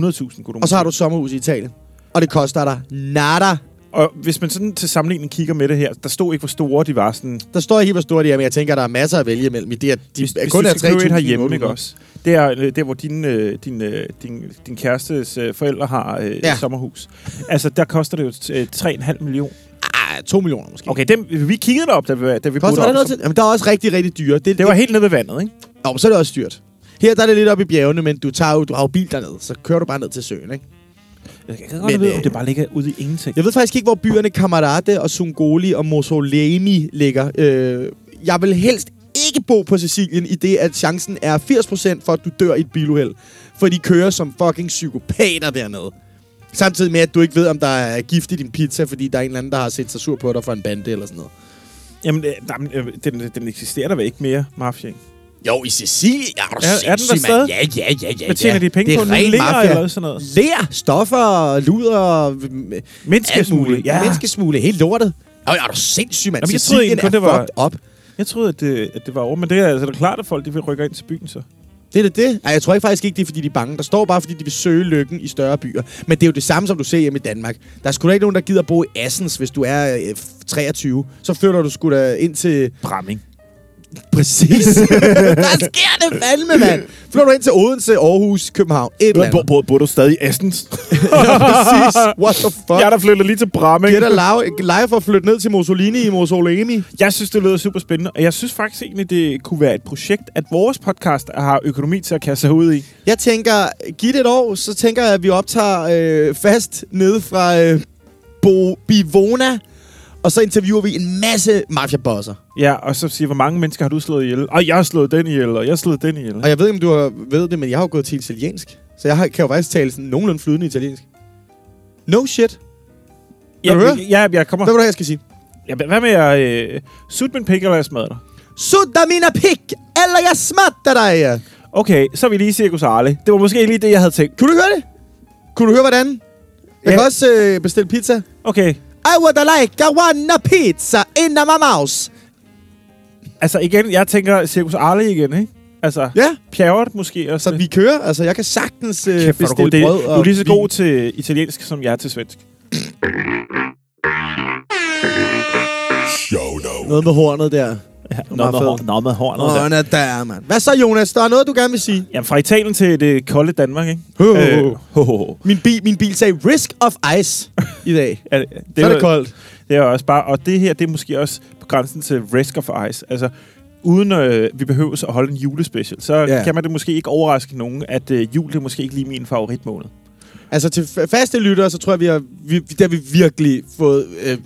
[SPEAKER 4] kunne du
[SPEAKER 3] Og så har du et sommerhus i Italien. Og det koster dig nada.
[SPEAKER 4] Og hvis man sådan til sammenligning kigger med det her, der stod ikke, hvor store de var. Sådan,
[SPEAKER 3] Der står ikke, hvor store de er, men jeg tænker, der er masser at vælge imellem i det, at de
[SPEAKER 4] hvis,
[SPEAKER 3] er
[SPEAKER 4] hvis
[SPEAKER 3] kun
[SPEAKER 4] du
[SPEAKER 3] er
[SPEAKER 4] skal købe et herhjemme, ikke
[SPEAKER 3] 3.800.
[SPEAKER 4] også? Det er øh, der, hvor din, øh, din, øh, din, din kærestes øh, forældre har øh,
[SPEAKER 3] Ja.
[SPEAKER 4] ja. et sommerhus. Altså, der koster det jo øh, 3,5 millioner.
[SPEAKER 3] Ah, 2 millioner måske.
[SPEAKER 4] Okay, dem, vi kiggede derop, da vi, da vi boede
[SPEAKER 3] Koster der
[SPEAKER 4] deroppe,
[SPEAKER 3] noget
[SPEAKER 4] så-
[SPEAKER 3] til? Jamen, der er også rigtig, rigtig dyre. Det,
[SPEAKER 4] Det var helt nede ved vandet, ikke?
[SPEAKER 3] Nå, men så er det også dyrt. Her der er det lidt oppe i bjergene, men du, tager jo, du har jo bil dernede, så kører du bare ned til søen, ikke?
[SPEAKER 4] Jeg kan
[SPEAKER 3] Men,
[SPEAKER 4] godt vide,
[SPEAKER 3] øh,
[SPEAKER 4] om det bare ligger ude i ingenting.
[SPEAKER 3] Jeg ved faktisk ikke, hvor byerne Camarade og Sungoli og Mussolini ligger. Øh, jeg vil helst ikke bo på Sicilien i det, at chancen er 80% for, at du dør i et biluheld. For de kører som fucking psykopater dernede. Samtidig med, at du ikke ved, om der er gift i din pizza, fordi der er en eller anden, der har set sig sur på dig for en bande eller sådan noget.
[SPEAKER 4] Jamen, øh, nej, men, øh, den, den eksisterer der vel ikke mere, mafiaen?
[SPEAKER 3] Jo, i Sicilien er du
[SPEAKER 4] Er- er den der
[SPEAKER 3] sindssyg, mand.
[SPEAKER 4] stadig?
[SPEAKER 3] Ja, ja, ja, ja.
[SPEAKER 4] Hvad tjener
[SPEAKER 3] ja.
[SPEAKER 4] de penge
[SPEAKER 3] det
[SPEAKER 4] på?
[SPEAKER 3] er
[SPEAKER 4] Nu
[SPEAKER 3] ren
[SPEAKER 4] ligger
[SPEAKER 3] mafia.
[SPEAKER 4] eller sådan noget?
[SPEAKER 3] Lær, stoffer, luder, m- m- alt
[SPEAKER 4] Menneskesmugling,
[SPEAKER 3] muligt.
[SPEAKER 4] ja.
[SPEAKER 3] Menneskesmugle, helt lortet. Jo, er du sindssyg, mand.
[SPEAKER 4] Jamen, jeg troede
[SPEAKER 3] Sicilien
[SPEAKER 4] egentlig
[SPEAKER 3] er
[SPEAKER 4] kun, det var-
[SPEAKER 3] fucked op.
[SPEAKER 4] Jeg troede, at det, at det var over, men det er altså det er klart, at folk de vil rykke ind til byen så.
[SPEAKER 3] Det er det, det. Ej, jeg tror ikke faktisk ikke, det er, fordi de er bange. Der står bare, fordi de vil søge lykken i større byer. Men det er jo det samme, som du ser hjemme i Danmark. Der er sgu da ikke nogen, der gider bo i Assens, hvis du er øh, 23. Så flytter du sgu da ind til...
[SPEAKER 4] Bramming.
[SPEAKER 3] Præcis. der sker det fandme, mand. Flytter du ind til Odense, Aarhus, København. Et eller andet.
[SPEAKER 4] bor du stadig i Assens?
[SPEAKER 3] Ja, præcis. What the fuck?
[SPEAKER 4] jeg er der flyttet lige til Bramming.
[SPEAKER 3] Get a lave, lege for at flytte ned til Mussolini i Mussolini.
[SPEAKER 4] Jeg synes, det lyder super spændende, og jeg synes faktisk egentlig, det kunne være et projekt, at vores podcast har økonomi til at kaste sig ud i.
[SPEAKER 3] Jeg tænker, giv det et år, så tænker jeg, at vi optager øh, fast nede fra øh, Bo Bivona, og så interviewer vi en masse mafiabosser.
[SPEAKER 4] Ja, og så siger, hvor mange mennesker har du slået ihjel? Og jeg har slået den ihjel, og jeg har slået den ihjel.
[SPEAKER 3] Og jeg ved ikke, om du har ved det, men jeg har jo gået til italiensk. Så jeg har, kan jo faktisk tale sådan nogenlunde flydende italiensk. No shit.
[SPEAKER 4] Ja,
[SPEAKER 3] høre?
[SPEAKER 4] ja, jeg kommer.
[SPEAKER 3] Hvad vil du have, jeg skal sige?
[SPEAKER 4] Ja, hvad med at øh, sutte min pik, eller jeg smadrer dig?
[SPEAKER 3] Sudda mina pik, eller jeg smatter dig.
[SPEAKER 4] Okay, så er vi lige i Circus Arle. Det var måske ikke lige det, jeg havde tænkt.
[SPEAKER 3] Kunne du høre det? Kunne du høre, hvordan? Jeg
[SPEAKER 4] Ja.
[SPEAKER 3] kan også øh, bestille pizza.
[SPEAKER 4] Okay,
[SPEAKER 3] I would like a one pizza in my mouse.
[SPEAKER 4] altså igen, jeg tænker Circus Arle igen, ikke? Altså, ja.
[SPEAKER 3] Ja,
[SPEAKER 4] pjerret måske. Og
[SPEAKER 3] så vi kører. Altså, jeg kan sagtens øh,
[SPEAKER 4] Kæft, hvor er du god.
[SPEAKER 3] bestille
[SPEAKER 4] Det,
[SPEAKER 3] brød
[SPEAKER 4] du er lige så
[SPEAKER 3] vin.
[SPEAKER 4] god til italiensk, som jeg er til svensk.
[SPEAKER 3] Noget med hornet der.
[SPEAKER 4] Ja,
[SPEAKER 3] meget fed.
[SPEAKER 4] noget med hornet. der.
[SPEAKER 3] Hornet der, mand. Hvad så, Jonas? Der er noget, du gerne vil sige.
[SPEAKER 4] Jamen, fra Italien til det kolde Danmark, ikke?
[SPEAKER 3] Ho, ho, ho.
[SPEAKER 4] Øh, ho, ho, ho.
[SPEAKER 3] Min bil, min bil sagde risk of ice i dag.
[SPEAKER 4] Ja,
[SPEAKER 3] Det så er det
[SPEAKER 4] jo-
[SPEAKER 3] koldt.
[SPEAKER 4] Det er også bare, og det her, det er måske også på grænsen til risk of ice. Altså, uden øh, vi behøver at holde en julespecial, så
[SPEAKER 3] Ja.
[SPEAKER 4] yeah. kan man det måske ikke overraske nogen, at øh, jul det er måske ikke lige min favoritmåned.
[SPEAKER 3] Altså til fa- faste lyttere, så tror jeg, vi har, vi, det har vi virkelig fået... Øh,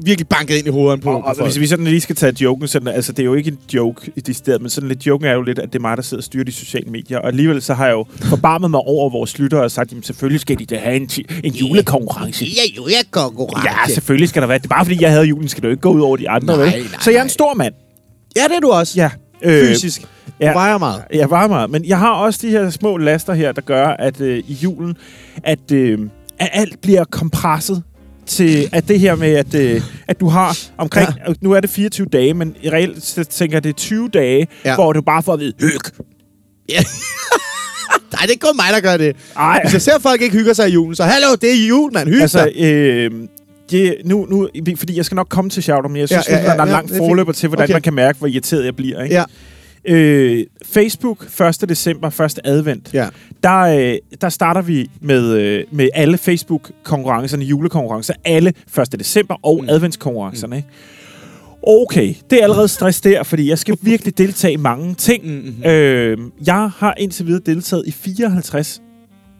[SPEAKER 3] virkelig banket ind i hovederne på.
[SPEAKER 4] Og, og
[SPEAKER 3] på folk.
[SPEAKER 4] hvis vi sådan lige skal tage joken, sådan, altså det er jo ikke en joke i det sted, men sådan lidt joken er jo lidt, at det er mig, der sidder og styrer de sociale medier, og alligevel så har jeg jo forbarmet mig over vores lyttere og sagt, jamen selvfølgelig skal de da have en, ti- en julekonkurrence.
[SPEAKER 2] Ja, jo, jeg går konkurrence.
[SPEAKER 4] Ja, selvfølgelig skal der være. Det er bare fordi, jeg havde julen, skal det jo ikke gå ud over de andre,
[SPEAKER 2] Nej,
[SPEAKER 4] vel?
[SPEAKER 2] nej,
[SPEAKER 4] Så jeg er en
[SPEAKER 2] nej.
[SPEAKER 4] stor mand.
[SPEAKER 3] Ja, det er du også.
[SPEAKER 4] Ja.
[SPEAKER 3] Fysisk.
[SPEAKER 4] ja.
[SPEAKER 3] Du vejer meget.
[SPEAKER 4] Jeg var meget. Men jeg har også de her små laster her, der gør, at øh, i julen, at, øh, at alt bliver kompresset til at det her med, at, øh, at du har omkring... Ja. Nu er det 24 dage, men i reelt så tænker jeg, det er 20 dage,
[SPEAKER 3] Ja.
[SPEAKER 4] ja. hvor du bare får at vide, hyg.
[SPEAKER 3] Nej, det er ikke kun mig, der gør det.
[SPEAKER 4] Ej,
[SPEAKER 3] Hvis jeg ser, at folk ikke hygger sig i julen, så hallo, det er jul, mand. Hygge altså,
[SPEAKER 4] altså...
[SPEAKER 3] dig.
[SPEAKER 4] Øh, det, nu, nu, fordi jeg skal nok komme til shout men jeg synes, ja, ja, ja, der er en
[SPEAKER 3] ja,
[SPEAKER 4] lang
[SPEAKER 3] det er fint.
[SPEAKER 4] forløber til, hvordan
[SPEAKER 3] Okay.
[SPEAKER 4] okay. man kan mærke, hvor irriteret jeg bliver. Ikke?
[SPEAKER 3] Ja,
[SPEAKER 4] Øh, Facebook 1. december, 1. advent.
[SPEAKER 3] ja.
[SPEAKER 4] der, øh, der starter vi med, øh, med alle Facebook-konkurrencerne, julekonkurrencer, alle 1. december og mm. adventskonkurrencerne. Mm. Okay, det er allerede stress der, fordi jeg skal virkelig deltage i mange ting.
[SPEAKER 3] mm-hmm.
[SPEAKER 4] Mm. Øh, jeg har indtil videre deltaget i 54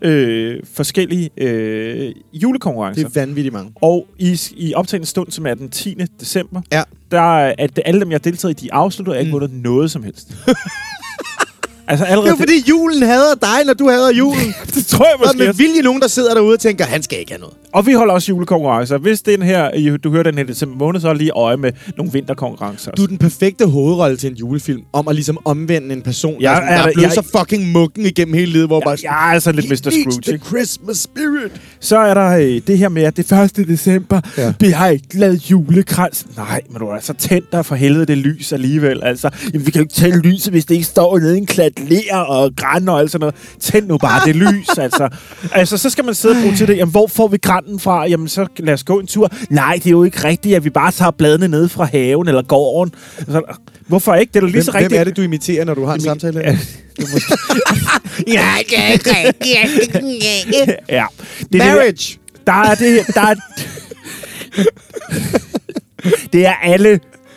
[SPEAKER 4] øh, forskellige øh,
[SPEAKER 3] Det
[SPEAKER 4] julekonkurrencer.
[SPEAKER 3] er vanvittigt mange.
[SPEAKER 4] Og i, i optagende stund, som er den 10. december,
[SPEAKER 3] Ja.
[SPEAKER 4] der er- at alle dem, jeg har deltaget i, de er afsluttet, og jeg har ikke vundet noget som helst.
[SPEAKER 3] Mm. Det
[SPEAKER 4] altså allerede...
[SPEAKER 3] er jo fordi, julen hader dig, når du hader julen.
[SPEAKER 4] det tror jeg
[SPEAKER 3] Der er
[SPEAKER 4] måske
[SPEAKER 3] med
[SPEAKER 4] også.
[SPEAKER 3] vilje nogen, der sidder derude og tænker, han skal ikke have noget.
[SPEAKER 4] Og vi holder også julekonkurrencer. Hvis den her, I- du hører den her i december måned, så hold lige øje med nogle vinterkonkurrencer.
[SPEAKER 3] Du er den perfekte hovedrolle til en julefilm, om at ligesom omvende en person, ja,
[SPEAKER 4] Jeg
[SPEAKER 3] der, er,
[SPEAKER 4] er-
[SPEAKER 3] sådan, der er blevet
[SPEAKER 4] jeg-
[SPEAKER 3] så fucking mukken igennem hele livet, hvor ja, bare...
[SPEAKER 4] jeg, jeg er altså lidt
[SPEAKER 3] "He
[SPEAKER 4] Mr.
[SPEAKER 3] needs
[SPEAKER 4] Scrooge.
[SPEAKER 3] the
[SPEAKER 4] Ikke?
[SPEAKER 3] Christmas spirit.
[SPEAKER 4] Så er der øh, det her med, at det er 1. december.
[SPEAKER 3] Ja.
[SPEAKER 4] Ja. Vi har ikke lavet julekrans. Nej, men du er altså tændt dig for helvede det lys alligevel. Altså, jamen, vi kan jo ikke tænde lyset, hvis det ikke står nede i en klat ler og græn og alt sådan noget. Tænd nu bare det lys, altså. Altså, så skal man sidde og bruge til det. Jamen, hvor får vi granen fra? Jamen, så lad os gå en tur. Nej, det er jo ikke rigtigt, at vi bare tager bladene ned fra haven eller gården. Altså, hvorfor ikke? Det er da lige
[SPEAKER 3] Hvem,
[SPEAKER 4] så rigtigt.
[SPEAKER 3] hvem er det, du imiterer, når du har en samtale? Ja.
[SPEAKER 2] Nej, det er ikke rigtigt.
[SPEAKER 4] Ja. Det er det,
[SPEAKER 3] Marriage.
[SPEAKER 4] Der er det her, der er... det er alle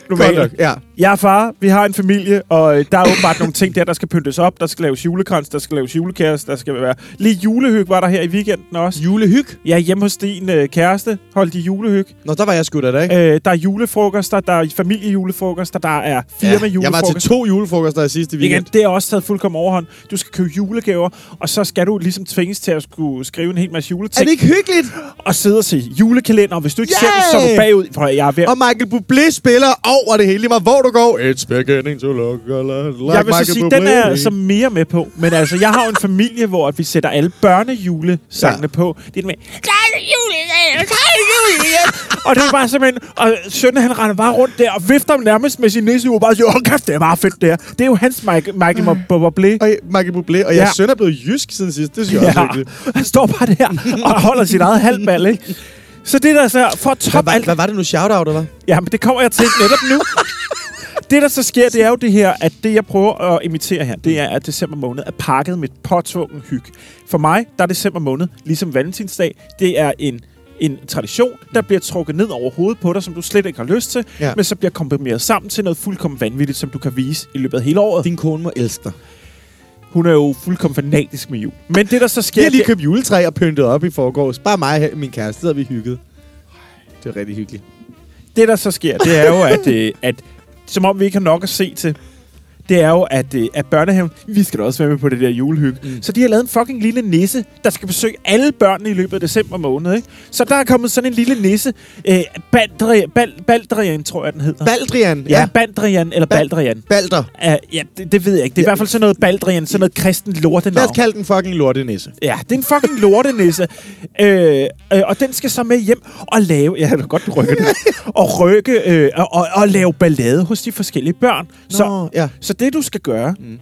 [SPEAKER 3] Godt nok,
[SPEAKER 4] normale.
[SPEAKER 3] ja.
[SPEAKER 4] Jeg er far, vi har en familie, og øh, der er åbenbart nogle ting der, der skal pyntes op. Der skal laves julekrans, der skal laves julekæreste, der skal være... Lige julehyg var der her i weekenden også.
[SPEAKER 3] Julehyg.
[SPEAKER 4] Jeg er hjemme hos din øh, kæreste, holdt i julehyg.
[SPEAKER 3] Nå, der var jeg sgu da, da, ikke?
[SPEAKER 4] Øh, der er julefrokoster, der er familiejulefrokoster, der er firma ja,
[SPEAKER 3] jeg var til to julefrokoster i sidste
[SPEAKER 4] Igen,
[SPEAKER 3] weekend.
[SPEAKER 4] det er også taget fuldkommen overhånd. Du skal købe julegaver, og så skal du ligesom tvinges til at skulle skrive en hel masse
[SPEAKER 3] Er
[SPEAKER 4] juleting
[SPEAKER 3] det ikke hyggeligt?
[SPEAKER 4] og sidde og se julekalender, og hvis du ikke
[SPEAKER 3] Yay!
[SPEAKER 4] yeah! ser den, så er du bagud. For jeg er ved
[SPEAKER 3] Og Michael Bublé spiller over det hele. Lige meget hvor du går. It's beginning to look a lot like
[SPEAKER 4] jeg vil så
[SPEAKER 3] Michael
[SPEAKER 4] sige,
[SPEAKER 3] Bublé.
[SPEAKER 4] den er jeg så mere med på. Men altså, jeg har jo en familie, hvor at vi sætter alle børnejulesangene
[SPEAKER 3] Ja.
[SPEAKER 4] ja. på. Det er den med, "Glade jul, glade jul", ja. og det er bare simpelthen... Og sønnen, han render bare rundt der og vifter ham nærmest med sin næse og bare siger, åh, kæft, det er meget fedt, det her. Det er jo hans Michael, Michael Bublé.
[SPEAKER 3] Og jeg- Michael Bublé. Og jeres
[SPEAKER 4] Ja.
[SPEAKER 3] søn er blevet jysk siden sidst. Det synes jeg også er hyggeligt.
[SPEAKER 4] han står bare der og holder sit eget halvbal, ikke? Så det der så, for at
[SPEAKER 3] Hvad
[SPEAKER 4] toppe
[SPEAKER 3] var,
[SPEAKER 4] alt
[SPEAKER 3] hvad var det nu? Shout-out, eller hvad?
[SPEAKER 4] Ja, men det kommer jeg til netop nu. Det, der så sker, det er jo det her, at det, jeg prøver at imitere her, det er, at december måned er pakket med påtvungen hyg. For mig, der er december måned, ligesom valentinsdag, det er en, en tradition, der bliver trukket ned over hovedet på dig, som du slet ikke har lyst til,
[SPEAKER 3] Ja.
[SPEAKER 4] ja. men så bliver komprimeret sammen til noget fuldkommen vanvittigt, som du kan vise i løbet af hele året.
[SPEAKER 3] Din kone må elske dig.
[SPEAKER 4] Hun er jo fuldkommen fanatisk med jul. Men det, der så sker...
[SPEAKER 3] Vi har lige
[SPEAKER 4] det-
[SPEAKER 3] købt juletræ og pyntet op i forgårs. Bare mig og min kæreste, der vi hygget. Det er rigtig hyggeligt.
[SPEAKER 4] det, der så sker, det er jo, at, øh, at som om vi ikke har nok at se til, det er jo, at, øh, at børnehaven, vi skal da også være med på det der julehygge. Mm. Så de har lavet en fucking lille nisse, der skal besøge alle børnene i løbet af december måned. Ikke? Så der er kommet sådan en lille nisse, øh, Baldrian, Bal, Baldrian, tror jeg, den hedder.
[SPEAKER 3] Baldrian.
[SPEAKER 4] ja, Baldrian eller Baldrian.
[SPEAKER 3] Balder.
[SPEAKER 4] Uh, ja, det, det ved jeg ikke. Det er i hvert fald sådan noget Baldrian, sådan noget kristen
[SPEAKER 3] Lad
[SPEAKER 4] lortenavn.
[SPEAKER 3] os kalde den fucking lortenisse.
[SPEAKER 4] Ja, det er en fucking lortenisse. øh, øh, og den skal så med hjem og lave... Ja, det er godt, du rykker det. og rykke øh, og, og, og lave ballade hos de forskellige børn. så,
[SPEAKER 3] Nå, ja.
[SPEAKER 4] så det, du skal gøre... Mm.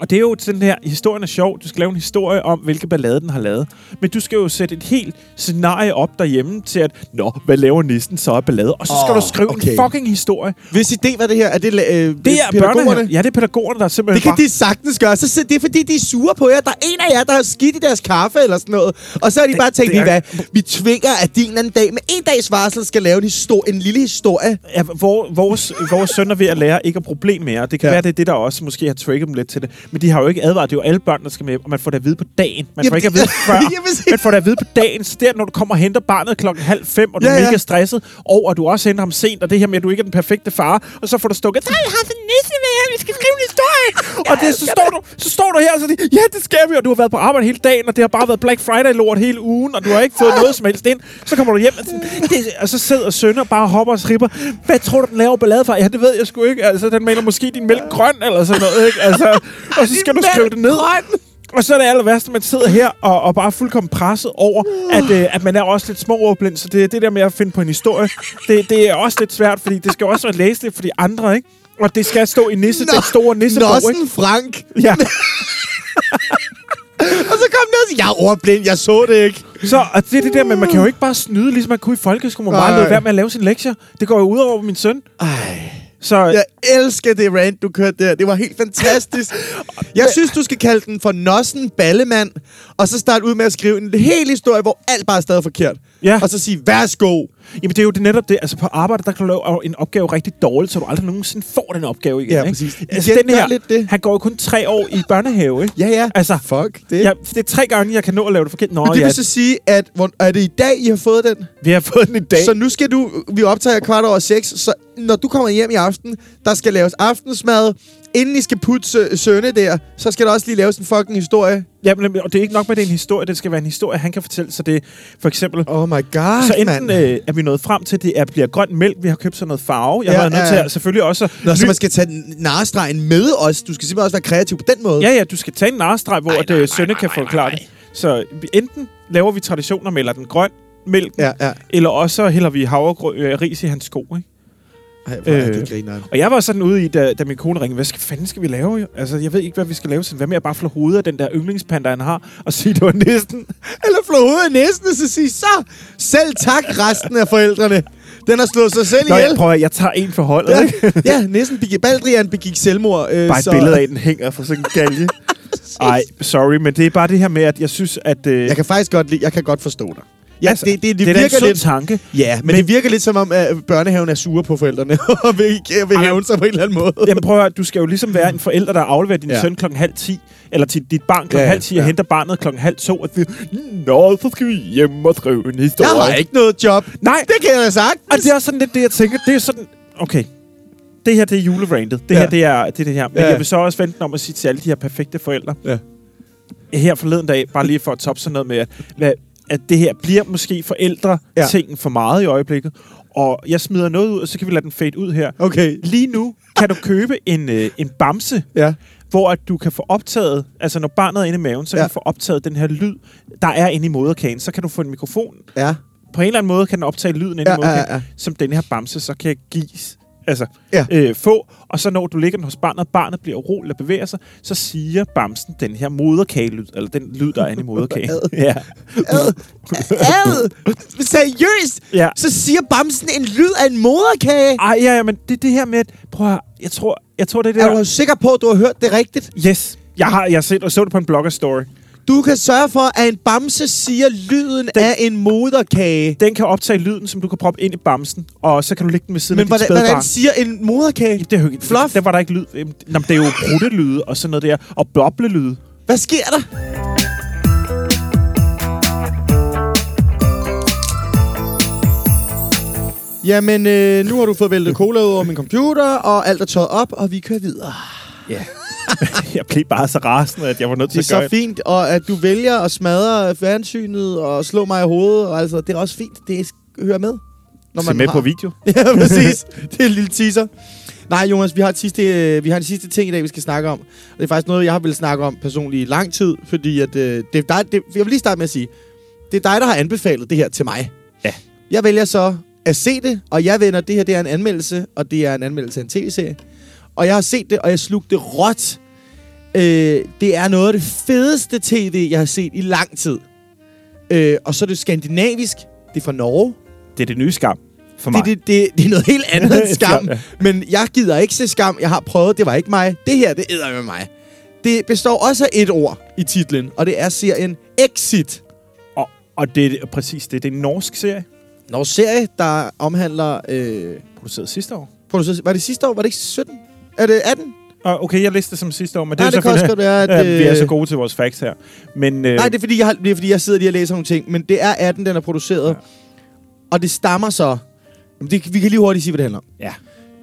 [SPEAKER 4] Og det er jo sådan her, historien er sjov. Du skal lave en historie om, hvilke ballade den har lavet. Men du skal jo sætte et helt scenarie op derhjemme til at... Nå, hvad laver næsten så af ballade? Og så skal
[SPEAKER 3] Åh,
[SPEAKER 4] oh, du skrive okay.
[SPEAKER 3] okay.
[SPEAKER 4] en fucking historie.
[SPEAKER 3] Hvis idé var det her, er det, øh,
[SPEAKER 4] Det er børnene. Ja, det er pædagogerne, der simpelthen
[SPEAKER 3] Det kan
[SPEAKER 4] bare-
[SPEAKER 3] de sagtens gøre. Så sid- det er fordi, de er sure på jer. Der er en af jer, der har skidt i deres kaffe eller sådan noget. Og så har de bare tænkt,
[SPEAKER 4] det
[SPEAKER 3] det
[SPEAKER 4] er-
[SPEAKER 3] hvad, vi tvinger, at din anden dag med en dags varsel skal lave en, histor- en lille historie.
[SPEAKER 4] Ja, vor, vores, vores søn er ved at lære ikke at problem med, og det kan ja.
[SPEAKER 3] Ja.
[SPEAKER 4] være, det er det, der også måske har trigget dem lidt til det. Men de har jo ikke advaret, det er jo alle børn, der skal med, og man får det at vide på dagen. Man får
[SPEAKER 3] Jamen,
[SPEAKER 4] ikke at
[SPEAKER 3] det-
[SPEAKER 4] vide før.
[SPEAKER 3] Ja, præcis.
[SPEAKER 4] man får det at vide på dagen, så der, når du kommer og henter barnet klokken halv fem, og du ja,
[SPEAKER 3] Ja,
[SPEAKER 4] er
[SPEAKER 3] ja.
[SPEAKER 4] mega stresset, og at du også henter ham sent, og det her med, at du ikke er den perfekte far, og så får du stukket, nej, jeg har en nisse med her, vi skal skrive en historie. og det, så, står du, så står du her, og så siger, de, ja, det skal vi, og du har været på arbejde hele dagen, og det har bare været Black Friday-lort hele ugen, og du har ikke fået noget som helst ind. Så kommer du hjem, og, sådan, det, og så sidder søn og bare hopper og skriber, hvad tror du, den laver ballade for? Ja, det ved jeg sgu ikke. Altså, den maler måske din mælk grøn, eller sådan noget, ikke? Altså, og så skal du skrive det ned. Og så er det aller værste, man sidder her og, og bare er fuldkommen presset over, at, øh, at man er også lidt småordblind, så det, det der med at finde på en historie, det, det er også lidt svært, fordi det skal også være læseligt for de andre, ikke? Og det skal stå i nisse, den store nissebog, ikke?
[SPEAKER 3] Nossen Frank.
[SPEAKER 4] Ja.
[SPEAKER 3] Og så kom der også, jeg er ordblind, jeg så det ikke.
[SPEAKER 4] Så og det er det der med, at man kan jo ikke bare snyde, ligesom man kunne i folkeskolen, hvor man bare
[SPEAKER 3] Nej.
[SPEAKER 4] lød være med at lave sine lektier. Det går jo ud over min søn.
[SPEAKER 3] Ej.
[SPEAKER 4] Så
[SPEAKER 3] Jeg elsker det rant, du kørte der. Det var helt fantastisk. Jeg synes, du skal kalde den for Nossen Ballemand, og så starte ud med at skrive en hel historie, hvor alt bare er stadig forkert.
[SPEAKER 4] Ja.
[SPEAKER 3] Og så sige, værsgo.
[SPEAKER 4] jamen, det er jo det netop det. Altså på arbejde, der kan du lave en opgave rigtig dårligt, så du aldrig nogensinde får den opgave igen.
[SPEAKER 3] Ja,
[SPEAKER 4] ikke?
[SPEAKER 3] præcis.
[SPEAKER 4] Altså,
[SPEAKER 3] Igen,
[SPEAKER 4] den her,
[SPEAKER 3] gør lidt det.
[SPEAKER 4] han går jo kun tre år i børnehave, ikke?
[SPEAKER 3] Ja, ja.
[SPEAKER 4] Altså,
[SPEAKER 3] Fuck det.
[SPEAKER 4] Ja, det er tre gange, jeg kan nå at lave det forkert. Nå,
[SPEAKER 3] Men det
[SPEAKER 4] ja,
[SPEAKER 3] vil så sige, at hvor, er det i dag, I har fået den?
[SPEAKER 4] vi har fået den i dag.
[SPEAKER 3] Så nu skal du, vi optager kvart over seks, så når du kommer hjem i aften, der skal laves aftensmad, inden I skal putte sø- sønne der, så skal der også lige laves en fucking historie.
[SPEAKER 4] Jamen, nemlig, og det er ikke nok med, at det er en historie. Det skal være en historie, han kan fortælle. Så det er for eksempel...
[SPEAKER 3] Oh my god,
[SPEAKER 4] Så enten
[SPEAKER 3] mand.
[SPEAKER 4] øh, er vi nået frem til, at det er, bliver grøn mælk, vi har købt sådan noget farve. Jeg ja,
[SPEAKER 3] Ja,
[SPEAKER 4] var nødt
[SPEAKER 3] ja,
[SPEAKER 4] til
[SPEAKER 3] ja.
[SPEAKER 4] at, selvfølgelig også... at
[SPEAKER 3] Nå, så
[SPEAKER 4] ly-
[SPEAKER 3] man skal tage den- narestregen med os. Du skal simpelthen også være kreativ på den måde.
[SPEAKER 4] Ja, ja, du skal tage en narstreg, hvor at, øh, Sønne kan forklare det. Så vi- enten laver vi traditioner, melder den grøn, mælken, ja.
[SPEAKER 3] ja. ja.
[SPEAKER 4] eller også så hælder vi havregrød øh, ris i hans sko, ikke?
[SPEAKER 3] Ej, hvor er
[SPEAKER 4] Øh.
[SPEAKER 3] det grineren.
[SPEAKER 4] Og jeg var sådan ude i, da, da min kone ringede, hvad skal, fanden skal vi lave? jo? Altså, jeg ved ikke, hvad vi skal lave. Sådan, hvad med at bare flå hovedet af den der yndlingspanda, han har, og sige, det var næsten.
[SPEAKER 3] Eller flå hovedet i næsen, og så sige, så selv tak resten af forældrene. Den har slået sig selv
[SPEAKER 4] Nå, jeg
[SPEAKER 3] ihjel.
[SPEAKER 4] prøver, jeg tager en for holdet,
[SPEAKER 3] Ja,
[SPEAKER 4] ikke?
[SPEAKER 3] ja, næsten begik, Baldrian begik selvmord. Øh,
[SPEAKER 4] Bare et billede af, den hænger fra sådan en galge. Ej, sorry, men det er bare det her med, at jeg synes, at... Øh,
[SPEAKER 3] Jeg kan faktisk godt lide, jeg kan godt forstå dig. Ja, altså, det, det, det,
[SPEAKER 4] det er da en
[SPEAKER 3] virker
[SPEAKER 4] sund
[SPEAKER 3] lidt...
[SPEAKER 4] tanke.
[SPEAKER 3] Ja, men, men, det virker lidt som om, at børnehaven er sure på forældrene, og vil, ikke- vil
[SPEAKER 4] Ej.
[SPEAKER 3] hævne sig på en eller anden måde.
[SPEAKER 4] Jamen prøv at høre, du skal jo ligesom være en forælder, der afleverer din ja.
[SPEAKER 3] Ja.
[SPEAKER 4] søn klokken halv ti, eller til dit barn klokken ja,
[SPEAKER 3] Ja,
[SPEAKER 4] halv ti, ja. og
[SPEAKER 3] ja.
[SPEAKER 4] henter barnet klokken halv to, og siger, Nå, så skal vi hjem og skrive en
[SPEAKER 3] Jeg
[SPEAKER 4] historie.
[SPEAKER 3] har ikke noget job.
[SPEAKER 4] Nej,
[SPEAKER 3] Det kan jeg da sagtens.
[SPEAKER 4] og det er også sådan lidt det, jeg tænker. Det er sådan, okay, det her det er julerantet. Det
[SPEAKER 3] Ja.
[SPEAKER 4] ja. her det er det, er det her. Men ja.
[SPEAKER 3] Ja.
[SPEAKER 4] jeg vil så også vente om at sige til alle de her perfekte forældre.
[SPEAKER 3] Ja.
[SPEAKER 4] Her forleden dag, bare lige for at toppe sådan noget med, at, hvad, at det her bliver måske forældre-tingen for meget i øjeblikket. Og jeg smider noget ud, og så kan vi lade den fade ud her.
[SPEAKER 3] Okay,
[SPEAKER 4] Lige nu kan du købe en, øh, en bamse,
[SPEAKER 3] ja.
[SPEAKER 4] hvor at du kan få optaget, altså når barnet er inde i maven, så ja.
[SPEAKER 3] Ja.
[SPEAKER 4] kan du få optaget den her lyd, der er inde i moderkagen. Så kan du få en mikrofon.
[SPEAKER 3] Ja.
[SPEAKER 4] På en eller anden måde kan den optage lyden inde
[SPEAKER 3] Ja,
[SPEAKER 4] i
[SPEAKER 3] ja,
[SPEAKER 4] moderkagen,
[SPEAKER 3] ja, ja.
[SPEAKER 4] som den her bamse så kan gives. Altså, ja.
[SPEAKER 3] Ja.
[SPEAKER 4] øh, få, og så når du ligger den hos barnet, og barnet bliver uroligt og bevæger sig, så siger bamsen den her moderkagelyd, eller den lyd, der er inde i moderkagen. ja.
[SPEAKER 3] Ad. Ad. Seriøst?
[SPEAKER 4] Ja. Ah,
[SPEAKER 3] Så siger Bamsen en lyd af en moderkage?
[SPEAKER 4] Ej, ja, ja, men det er det her med, at, prøv at, høre, jeg tror, jeg tror, det er det
[SPEAKER 3] Er du
[SPEAKER 4] der.
[SPEAKER 3] sikker på, at du har hørt det rigtigt?
[SPEAKER 4] Yes, jeg har, jeg har set, og så det på en blogger-story.
[SPEAKER 3] Du kan sørge for, at en bamse siger lyden
[SPEAKER 4] Den-
[SPEAKER 3] den. af en moderkage.
[SPEAKER 4] Den kan optage lyden, som du kan proppe ind i bamsen, og så kan du lægge den ved siden
[SPEAKER 3] Men
[SPEAKER 4] af dit
[SPEAKER 3] hvordan,
[SPEAKER 4] spædbarn.
[SPEAKER 3] hvordan siger en moderkage?
[SPEAKER 4] Jamen, det er jo ikke...
[SPEAKER 3] Fluff.
[SPEAKER 4] Der var der ikke lyd. Jamen, det- Nå, men det er jo bruttelyde og sådan noget der. Og boblelyde.
[SPEAKER 3] Hvad sker der? Jamen, øh, nu har du fået væltet cola ud over min computer, og alt er tøjet op, og vi kører videre.
[SPEAKER 4] Ja. jeg blev bare så rasende, at jeg var nødt
[SPEAKER 3] Det
[SPEAKER 4] til
[SPEAKER 3] er
[SPEAKER 4] at gøre
[SPEAKER 3] så
[SPEAKER 4] det.
[SPEAKER 3] fint, og at du vælger at smadre fjernsynet og slå mig i hovedet, og altså, det er også fint. Det sk- hører med. Når
[SPEAKER 4] Se med
[SPEAKER 3] har.
[SPEAKER 4] på video.
[SPEAKER 3] ja, præcis. Det er en lille teaser. Nej, Jonas, vi har, et sidste, øh, vi har en sidste ting i dag, vi skal snakke om. Og det er faktisk noget, jeg har ville snakke om personligt i lang tid, fordi at, øh, det er dig, det, jeg vil lige starte med at sige, det er dig, der har anbefalet det her til mig.
[SPEAKER 4] Ja.
[SPEAKER 3] Jeg vælger så at se det, og jeg vender, det her det er en anmeldelse, og det er en anmeldelse af en tv-serie. Og jeg har set det, og jeg slugte det råt. Øh, det er noget af det fedeste tv, jeg har set i lang tid. Øh, og så er det skandinavisk. Det er fra Norge.
[SPEAKER 4] Det er det nye skam for mig.
[SPEAKER 3] Det, det, det, det er noget helt andet end skam.
[SPEAKER 4] Ja.
[SPEAKER 3] Men jeg gider ikke se skam. Jeg har prøvet, det var ikke mig. Det her, det æder med mig. Det består også af et ord i titlen, og det er serien Exit.
[SPEAKER 4] Og, og det er præcis det. Det er en norsk serie,
[SPEAKER 3] Når serie, der omhandler... Øh,
[SPEAKER 4] produceret sidste år.
[SPEAKER 3] produceret- var det sidste år? Var det ikke 17? Er det 18?
[SPEAKER 4] Og okay, jeg læste det som sidste år, men det
[SPEAKER 3] Nej,
[SPEAKER 4] er jo
[SPEAKER 3] det kan også godt
[SPEAKER 4] selvfølgelig...
[SPEAKER 3] være, at...
[SPEAKER 4] ja, vi er
[SPEAKER 3] øh,
[SPEAKER 4] så gode til vores facts her. Men, øh,
[SPEAKER 3] Nej, det er, fordi jeg, har- det er fordi, jeg sidder lige og læser nogle ting. Men det er 18, den er produceret.
[SPEAKER 4] Ja.
[SPEAKER 3] Ja. Og det stammer så... Jamen, Det, vi kan lige hurtigt sige, hvad det handler om.
[SPEAKER 4] Ja.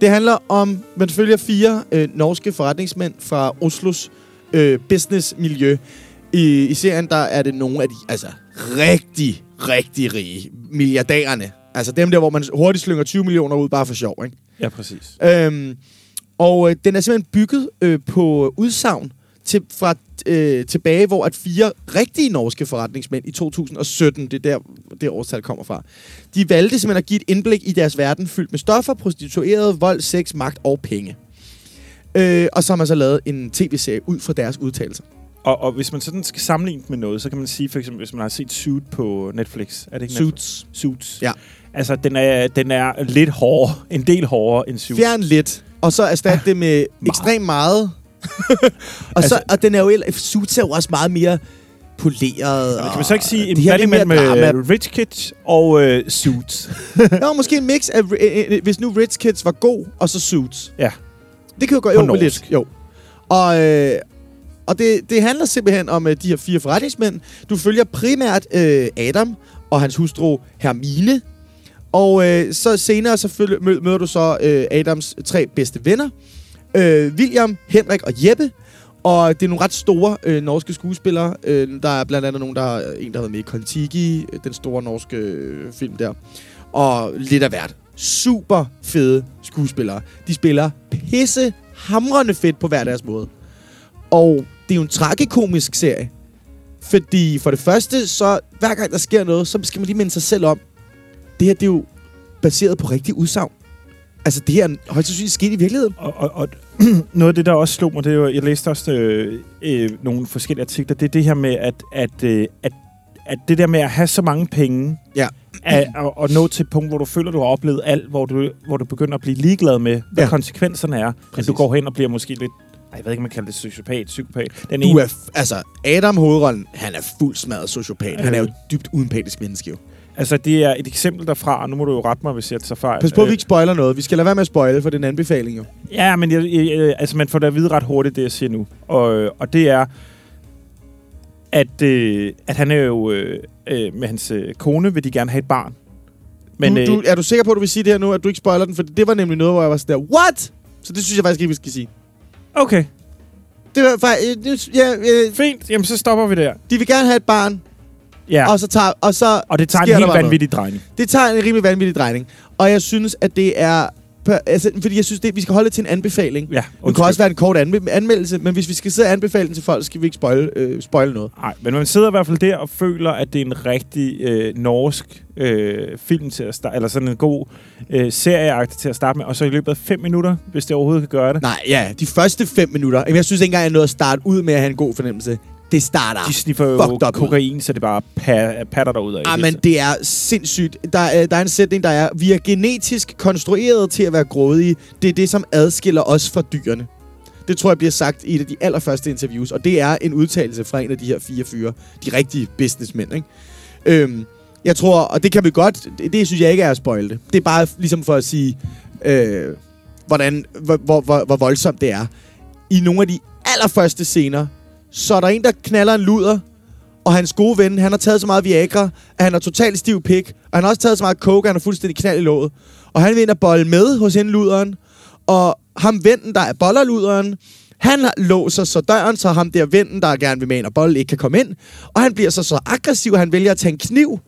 [SPEAKER 3] Det handler om, man følger fire øh, norske forretningsmænd fra Oslos øh, businessmiljø. I, I serien, der er det nogle af de altså, rigtig, rigtig rige milliardærerne. Altså dem der, hvor man hurtigt slynger 20 millioner ud bare for sjov, ikke?
[SPEAKER 4] ja, præcis.
[SPEAKER 3] Øhm, og øh, den er simpelthen bygget øh, på udsagn til, fra øh, tilbage, hvor at fire rigtige norske forretningsmænd i 2017, det er der, det årstal kommer fra, de valgte simpelthen at give et indblik i deres verden fyldt med stoffer, prostituerede, vold, sex, magt og penge. Øh, og så har man så lavet en tv-serie ud fra deres udtalelser.
[SPEAKER 4] Og, og hvis man sådan skal sammenligne det med noget, så kan man sige, for eksempel, hvis man har set Suit på Netflix. Er det ikke Netflix?
[SPEAKER 3] Suits.
[SPEAKER 4] Suits.
[SPEAKER 3] Ja.
[SPEAKER 4] Altså, den er, den er lidt hårdere, en del hårdere end Suits.
[SPEAKER 3] Fjern lidt, og så erstat det med ekstremt meget. og, altså, så,
[SPEAKER 4] Ah, Altså-
[SPEAKER 3] og den er jo, el- Suits er jo også meget mere poleret.
[SPEAKER 4] Men
[SPEAKER 3] og-
[SPEAKER 4] kan man så ikke sige en
[SPEAKER 3] det her, det er
[SPEAKER 4] blanding
[SPEAKER 3] mere
[SPEAKER 4] mellem
[SPEAKER 3] drama.
[SPEAKER 4] øh, Rich Kids og øh, Suits?
[SPEAKER 3] Nå, måske en mix af, øh, øh, øh, hvis nu Rich Kids var god, og så Suits.
[SPEAKER 4] Ja.
[SPEAKER 3] Det kan jo godt
[SPEAKER 4] På
[SPEAKER 3] jo, med
[SPEAKER 4] norsk.
[SPEAKER 3] lidt. Jo. Og, øh, og det, det handler simpelthen om øh, de her fire forretningsmænd. Du følger primært øh, Adam og hans hustru Hermine. Og øh, så senere så følger, mø- møder du så øh, Adams tre bedste venner. Øh, William, Henrik og Jeppe. Og det er nogle ret store øh, norske skuespillere. Øh, der er blandt andet nogen, der er en, der har været med i Kontiki, øh, den store norske øh, film der. Og lidt af hvert. Super fede skuespillere. De spiller pisse hamrende fedt på hver deres måde. Og det er jo en tragikomisk serie. Fordi for det første, så hver gang der sker noget, så skal man lige minde sig selv om, det her det er jo baseret på rigtig udsagn. Altså det her er højst sandsynligt sket i virkeligheden.
[SPEAKER 4] Og, og, og noget af det, der også slog mig, det var, jeg læste også øh, øh, nogle forskellige artikler, det er det her med, at, at, øh, at, at det der med at have så mange penge,
[SPEAKER 3] Ja.
[SPEAKER 4] at, og, og nå til et punkt, hvor du føler, du har oplevet alt, hvor du, hvor du begynder at blive ligeglad med, hvad ja.
[SPEAKER 3] Ja.
[SPEAKER 4] konsekvenserne er. At
[SPEAKER 3] Præcis.
[SPEAKER 4] du går hen og bliver måske lidt, ej, jeg ved ikke, om man kalder det sociopat, psykopat. Den
[SPEAKER 3] Du
[SPEAKER 4] ene,
[SPEAKER 3] er, f- altså, Adam hovedrollen, han er fuldt smadret sociopat. Han er
[SPEAKER 4] Øh.
[SPEAKER 3] jo et dybt uempatisk menneske jo.
[SPEAKER 4] altså, det er et eksempel derfra, og nu må du jo rette mig, hvis jeg tager fejl.
[SPEAKER 3] Pas på, at vi
[SPEAKER 4] Øh,
[SPEAKER 3] ikke spoiler noget. Vi skal lade være med at spoile, for det er en anbefaling jo.
[SPEAKER 4] Ja, men jeg, jeg, jeg, altså, man får da at vide ret hurtigt, det jeg siger nu. Og, øh, og det er, at, øh, at han er jo øh, øh, med hans øh, kone, vil de gerne have et barn. Men,
[SPEAKER 3] Men, Mm, du, du,
[SPEAKER 4] øh,
[SPEAKER 3] er du sikker på, at du vil sige det her nu, at du ikke spoiler den? For det var nemlig noget, hvor jeg var sådan der, what? Så det synes jeg faktisk ikke, vi skal sige.
[SPEAKER 4] øh, okay,
[SPEAKER 3] Det var faktisk, øh, det- ja, øh,
[SPEAKER 4] fint. Jamen, så stopper vi der.
[SPEAKER 3] de vil gerne have et barn,
[SPEAKER 4] Ja,
[SPEAKER 3] ja.
[SPEAKER 4] og,
[SPEAKER 3] og, så tager, og så
[SPEAKER 4] og det tager
[SPEAKER 3] sker
[SPEAKER 4] en
[SPEAKER 3] der
[SPEAKER 4] helt
[SPEAKER 3] bare
[SPEAKER 4] vanvittig drejning.
[SPEAKER 3] noget. Det tager en rimelig vanvittig drejning. Og jeg synes, at det er... per- Altså, fordi jeg synes, det, vi skal holde det til en anbefaling.
[SPEAKER 4] Ja,
[SPEAKER 3] det kan også være en kort anme- anmeldelse, men hvis vi skal sidde og anbefale den til folk, så skal vi ikke spoil, øh, spoil noget.
[SPEAKER 4] Nej, men man sidder i hvert fald der og føler, at det er en rigtig øh, norsk øh, film til at starte, eller sådan en god øh, serieagtig til at starte med, og så i løbet af fem minutter, hvis det overhovedet kan gøre det,
[SPEAKER 3] Nej, ja, de første fem minutter. Jamen, jeg synes ikke engang, jeg nåede at starte ud med at have en god fornemmelse. Det starter.
[SPEAKER 4] de sniffer
[SPEAKER 3] fucked
[SPEAKER 4] jo
[SPEAKER 3] up ud.
[SPEAKER 4] kokain, så det bare pa- patter derud af.
[SPEAKER 3] Ah, men det er sindssygt. Der er, der er en sætning, der er, vi er genetisk konstrueret til at være grådige. Det er det, som adskiller os fra dyrene. Det tror jeg bliver sagt i et af de allerførste interviews, og det er en udtalelse fra en af de her fire fyre. De rigtige businessmænd, ikke? Øhm, jeg tror, og det kan vi godt, det, det synes jeg ikke er at spoil det. Det er bare ligesom for at sige, øh, hvordan, hvor, hvor, hvor, hvor voldsomt det er. I nogle af de allerførste scener, så er der en, der knaller en luder, og hans gode ven, han har taget så meget Viagra, at han har totalt stiv pik. Og han har også taget så meget coke, at han er fuldstændig knald i låget. Og han vil ind og bolle med hos hende luderen. Og ham vennen, der er boller luderen, Han låser så døren, så ham der vennen, der gerne vil med ind og bolle, ikke kan komme ind. Og han bliver så så aggressiv, at han vælger at tage en kniv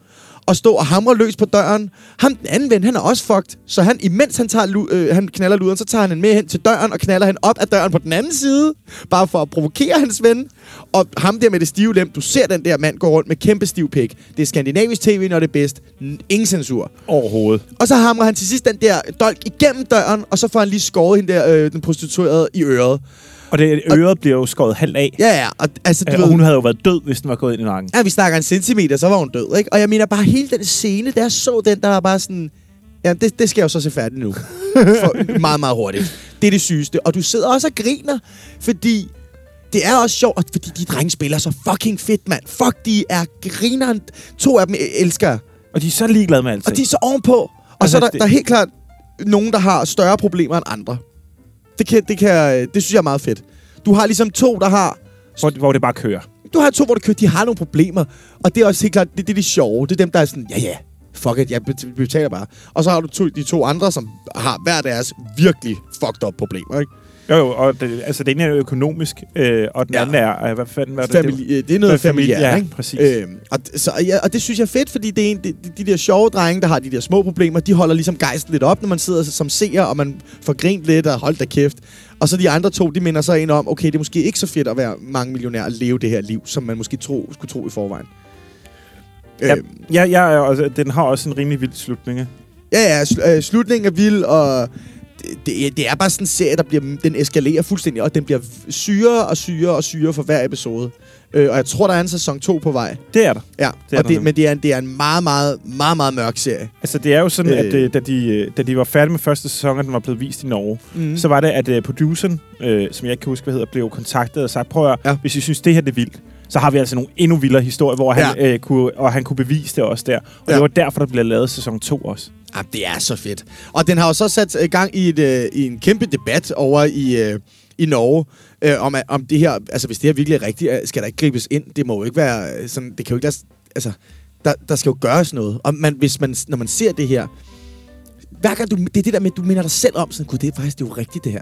[SPEAKER 3] og stå og hamre løs på døren. Ham, den anden ven, han er også fucked. Så han, imens han, tager, lu- øh, han knaller luderen, så tager han hende med hen til døren og knaller hende op af døren på den anden side. Bare for at provokere hans ven. Og ham der med det stive lem, du ser den der mand gå rundt med kæmpe stiv pik. Det er skandinavisk tv, når det er bedst. N- ingen censur.
[SPEAKER 4] Overhovedet.
[SPEAKER 3] Og så hamrer han til sidst den der dolk igennem døren, og så får han lige skåret hende der, øh, den prostituerede, i øret.
[SPEAKER 4] Og det, øret bliver jo skåret halvt af.
[SPEAKER 3] Ja, ja, og altså, du
[SPEAKER 4] Ja,
[SPEAKER 3] ved,
[SPEAKER 4] og hun havde jo været død, hvis den var gået ind i nakken.
[SPEAKER 3] ja, vi snakker en centimeter, så var hun død, ikke? Og jeg mener bare, hele den scene, der jeg så den, der var bare sådan... Ja, det, det skal jeg jo så se færdigt nu. For, meget, meget hurtigt. Det er det sygeste. Og du sidder også og griner, fordi det er også sjovt, fordi de drenge spiller så fucking fedt, mand. Fuck, de er grineren. To af dem elsker jeg.
[SPEAKER 4] Og de er så ligeglade med alting.
[SPEAKER 3] Og de er så ovenpå. Og altså, så
[SPEAKER 4] Altså,
[SPEAKER 3] er der,
[SPEAKER 4] det-
[SPEAKER 3] der er helt klart nogen, der har større problemer end andre. Det, kan, det, kan, det synes jeg er meget fedt. Du har ligesom to, der har...
[SPEAKER 4] hvor, hvor det bare kører.
[SPEAKER 3] Du har to, hvor du kører, de har nogle problemer. Og det er også helt klart, det, det er de sjove. Det er dem, der er sådan, ja ja, fuck it, jeg bet- betaler bare. Og så har du to, de to andre, som har hver deres virkelig fucked up problemer. Ikke?
[SPEAKER 4] Jo, jo, og det, altså, det ene er jo økonomisk, øh, og den ja.
[SPEAKER 3] Ja.
[SPEAKER 4] anden er, øh, hvad fanden var det?
[SPEAKER 3] Famili- det, det er noget
[SPEAKER 4] Hvad familie-
[SPEAKER 3] familiært,
[SPEAKER 4] ja,
[SPEAKER 3] ikke?
[SPEAKER 4] præcis.
[SPEAKER 3] Øhm, og, d- så, ja, og det synes jeg er fedt, fordi det er en, de, de- de der sjove drenge, der har de der små problemer, de holder ligesom gejsten lidt op, når man sidder som seer, og man får grint lidt og holdt da kæft. Og så de andre to, de minder så en om, okay, det er måske ikke så fedt at være mange millionær og leve det her liv, som man måske tro, skulle tro i forvejen. Øhm,
[SPEAKER 4] Det,
[SPEAKER 3] Ja,
[SPEAKER 4] var- ja, ja, ja, altså, den har også en rimelig vild slutning. ikke?
[SPEAKER 3] ja, ja sl- øh, slutningen er vild, og det, det, det er bare sådan en serie, der bliver, den eskalerer fuldstændig, og den bliver v- syre og syre og syre for hver episode. Øh, og jeg tror, der er en sæson 2 på vej.
[SPEAKER 4] Det er der.
[SPEAKER 3] Ja,
[SPEAKER 4] Det er
[SPEAKER 3] det
[SPEAKER 4] der
[SPEAKER 3] og det,
[SPEAKER 4] nemlig.
[SPEAKER 3] men det er, en, det er en meget, meget, meget, meget mørk serie.
[SPEAKER 4] Altså, det er jo sådan, øh.
[SPEAKER 3] Øh.
[SPEAKER 4] at øh, da, de, øh, da de var færdige med første sæson, og den var blevet vist i Norge, mm.
[SPEAKER 3] Mm.
[SPEAKER 4] så var det, at øh, produceren, øh, som jeg ikke kan huske, hvad hedder, blev kontaktet og sagt, prøv at, ja.
[SPEAKER 3] Ja.
[SPEAKER 4] hvis I synes, det her det er vildt, så har vi altså nogle endnu vildere historier, hvor han, øh, kunne, og han kunne bevise det også der. Og ja.
[SPEAKER 3] Ja.
[SPEAKER 4] det var derfor, der blev lavet sæson 2 også.
[SPEAKER 3] Jamen, Ah, det er så fedt. Og den har jo så sat øh, gang i, et, øh, i en kæmpe debat over i, øh, i Norge, øh, om, at- om det her, altså hvis det her virkelig er rigtigt, øh, skal der ikke gribes ind. Det må jo ikke være øh, sådan, det kan jo ikke lade, s- altså, der, der skal jo gøres noget. Og man, hvis man, når man ser det her, hver gang du, det er det der med, at du minder dig selv om, sådan, gud, det er faktisk det er jo rigtigt det her.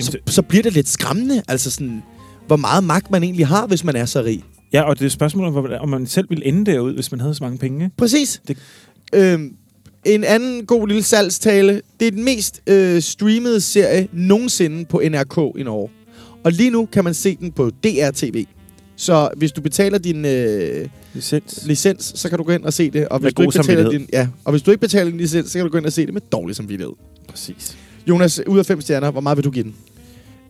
[SPEAKER 3] Så,
[SPEAKER 4] det-
[SPEAKER 3] så bliver det lidt skræmmende, altså sådan, hvor meget magt man egentlig har, hvis man er så rig.
[SPEAKER 4] Ja, og det er et spørgsmål om, hvordan- om man selv ville ende derud, hvis man havde så mange penge. ikke?
[SPEAKER 3] Præcis.
[SPEAKER 4] Det-
[SPEAKER 3] Det. Øhm, en anden god lille salgstale. Det er den mest øh, streamede serie nogensinde på NRK i Norge. Og lige nu kan man se den på DRTV. Så hvis du betaler din øh,
[SPEAKER 4] Licens.
[SPEAKER 3] licens, så kan du gå ind og se det. Og hvis,
[SPEAKER 4] Med
[SPEAKER 3] du
[SPEAKER 4] god
[SPEAKER 3] ikke betaler
[SPEAKER 4] samvittighed.
[SPEAKER 3] din, ja, og hvis du ikke betaler din licens, så kan du gå ind og se det med dårlig samvittighed.
[SPEAKER 4] Præcis.
[SPEAKER 3] Jonas, ud af fem stjerner, hvor meget vil du give den?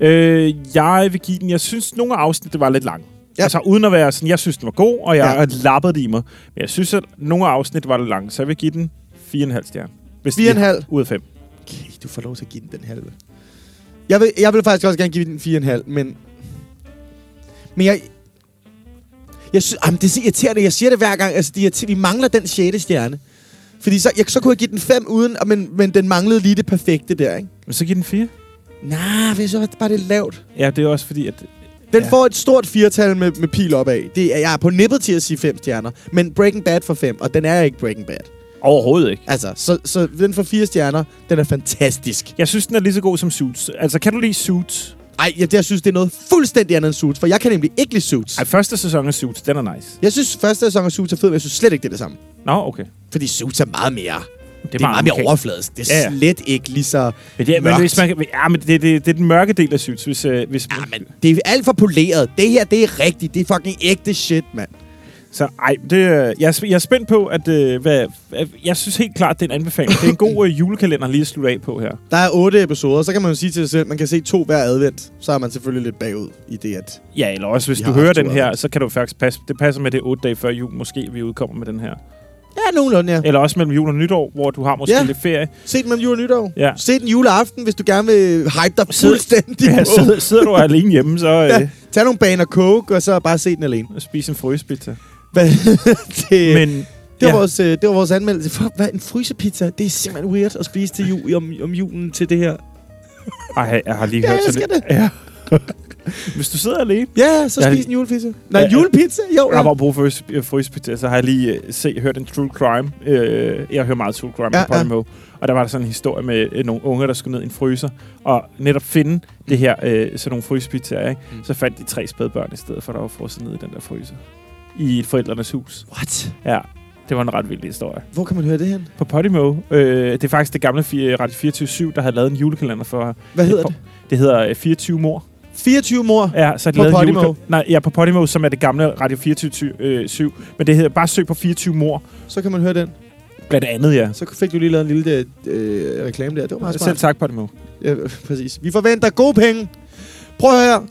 [SPEAKER 4] Øh, jeg vil give den, jeg synes, nogle af afsnit, var lidt lange. Ja.
[SPEAKER 3] Ja.
[SPEAKER 4] Altså uden at være sådan, jeg synes, den var god, og jeg
[SPEAKER 3] Ja.
[SPEAKER 4] ja. lappede det i mig. Men jeg synes, at nogle af afsnit var lidt lange, så jeg vil give den 4,5 stjerner. Hvis den-
[SPEAKER 3] 4,5?
[SPEAKER 4] Ud af 5.
[SPEAKER 3] Okay, du får lov til at give den den halve. Jeg vil, jeg vil faktisk også gerne give den 4,5, men... Men jeg... Jeg synes, jamen, det er så irriterende. Jeg siger det hver gang. Altså, det er irriter- vi mangler den 6. stjerne. Fordi så, jeg, så kunne jeg give den 5 uden, og men, men den manglede lige det perfekte der, ikke?
[SPEAKER 4] Men så giv den 4.
[SPEAKER 3] Nej, hvis så bare det er lavt.
[SPEAKER 4] Ja, det er også fordi, at...
[SPEAKER 3] Den
[SPEAKER 4] Ja.
[SPEAKER 3] ja. får et stort firtal med, med pil opad. Det er, jeg er på nippet til at sige 5 stjerner, men Breaking Bad for 5, og den er ikke Breaking Bad.
[SPEAKER 4] Overhovedet ikke.
[SPEAKER 3] Altså, så, så den får 4 stjerner. Den er fantastisk.
[SPEAKER 4] Jeg synes, den er lige så god som Suits. Altså, kan du lide Suits?
[SPEAKER 3] Ej, jeg, jeg synes, det er noget fuldstændig andet end Suits, for jeg kan nemlig ikke lide Suits.
[SPEAKER 4] Ej, første sæson af Suits, den er nice.
[SPEAKER 3] Jeg synes, første sæson af Suits er fed, men jeg synes slet ikke, det er det samme.
[SPEAKER 4] Nå, okay. Det
[SPEAKER 3] Fordi Suits er meget mere...
[SPEAKER 4] er,
[SPEAKER 3] Det er meget mere overfladisk. Det er
[SPEAKER 4] Ja, ja.
[SPEAKER 3] ja, ja. slet ikke lige så
[SPEAKER 4] Men, det, er- men,
[SPEAKER 3] mørkt.
[SPEAKER 4] hvis man, ja, men det, det, det er den mørke del af Suits, hvis... Øh, hvis
[SPEAKER 3] Ja, men det er alt for poleret. Det her, det er rigtigt. Det er fucking ægte shit, mand.
[SPEAKER 4] Så ej, det, øh, jeg, er sp- jeg er spændt på, at øh, hvad, hvad- jeg synes helt klart, det er en anbefaling. Det er en god øh, julekalender lige at slutte af på her.
[SPEAKER 3] Der er otte episoder, så kan man jo sige til sig selv, man kan se to hver advent. Så er man selvfølgelig lidt bagud i det, at...
[SPEAKER 4] Ja, eller også hvis
[SPEAKER 3] Vi har
[SPEAKER 4] du
[SPEAKER 3] haft
[SPEAKER 4] hører den
[SPEAKER 3] to
[SPEAKER 4] her,
[SPEAKER 3] af dem.
[SPEAKER 4] så kan du faktisk passe. Det passer med det er otte dage før jul, måske vi udkommer med den her.
[SPEAKER 3] Ja, nogenlunde, ja.
[SPEAKER 4] Eller også mellem jul og nytår, hvor du har måske
[SPEAKER 3] Ja.
[SPEAKER 4] lidt ferie.
[SPEAKER 3] Se den mellem jul og nytår.
[SPEAKER 4] Ja.
[SPEAKER 3] Se den juleaften, hvis du gerne vil hype dig
[SPEAKER 4] Sid-
[SPEAKER 3] fuldstændig
[SPEAKER 4] Ja,
[SPEAKER 3] på.
[SPEAKER 4] sidder, sidder du alene hjemme, så øh,
[SPEAKER 3] Tag nogle baner coke, og så bare se den alene.
[SPEAKER 4] ja. spis en frysepizza.
[SPEAKER 3] Hvad? det,
[SPEAKER 4] Men
[SPEAKER 3] Det var,
[SPEAKER 4] ja,
[SPEAKER 3] ja. vores, øh, det var vores anmeldelse. For, hvad, en frysepizza? Det er simpelthen weird at spise til jul, om, om julen til det her.
[SPEAKER 4] ej, jeg har lige
[SPEAKER 3] Jeg
[SPEAKER 4] hørt
[SPEAKER 3] elsker
[SPEAKER 4] lidt-
[SPEAKER 3] det.
[SPEAKER 4] Ja. Hvis du sidder alene,
[SPEAKER 3] Ja, så
[SPEAKER 4] Jeg-
[SPEAKER 3] spis en julepizza. Nej,
[SPEAKER 4] Ja,
[SPEAKER 3] en julepizza? Jo,
[SPEAKER 4] Jeg
[SPEAKER 3] ja.
[SPEAKER 4] har bare brug for frys- øh, frysepizza, så har jeg lige øh, se, hørt en true crime. Øh, jeg hører meget true crime
[SPEAKER 3] Ja,
[SPEAKER 4] ja, på Podimo. Og der var der sådan en historie med øh, nogle unger, der skulle ned i en fryser og netop finde det her, øh, sådan nogle frysepizzaer. Ikke?
[SPEAKER 3] Mm.
[SPEAKER 4] Så fandt de tre spædbørn i stedet for, der var frosset ned i den der fryser. I forældrenes hus.
[SPEAKER 3] What?
[SPEAKER 4] Ja, det var en ret vild historie.
[SPEAKER 3] Hvor kan man høre det hen?
[SPEAKER 4] På Podimo, øh, det er faktisk det gamle fi- Radio 24 der havde lavet en julekalender for...
[SPEAKER 3] Hvad hedder det?
[SPEAKER 4] Det hedder øh, 24 mor.
[SPEAKER 3] 24 mor.
[SPEAKER 4] Ja, så har de
[SPEAKER 3] På
[SPEAKER 4] lavet en
[SPEAKER 3] Podimo?
[SPEAKER 4] juleka- Nej, ja, på Podimo, som er det gamle Radio 24 øh, 7. Men det hedder bare søg på 24 mor.
[SPEAKER 3] Så kan man høre den.
[SPEAKER 4] Blandt andet, ja.
[SPEAKER 3] Så fik du lige lavet en lille øh, reklame der. Det var meget smart.
[SPEAKER 4] Selv tak, Podimo.
[SPEAKER 3] Ja, præcis. Vi forventer gode penge. Prøv at høre.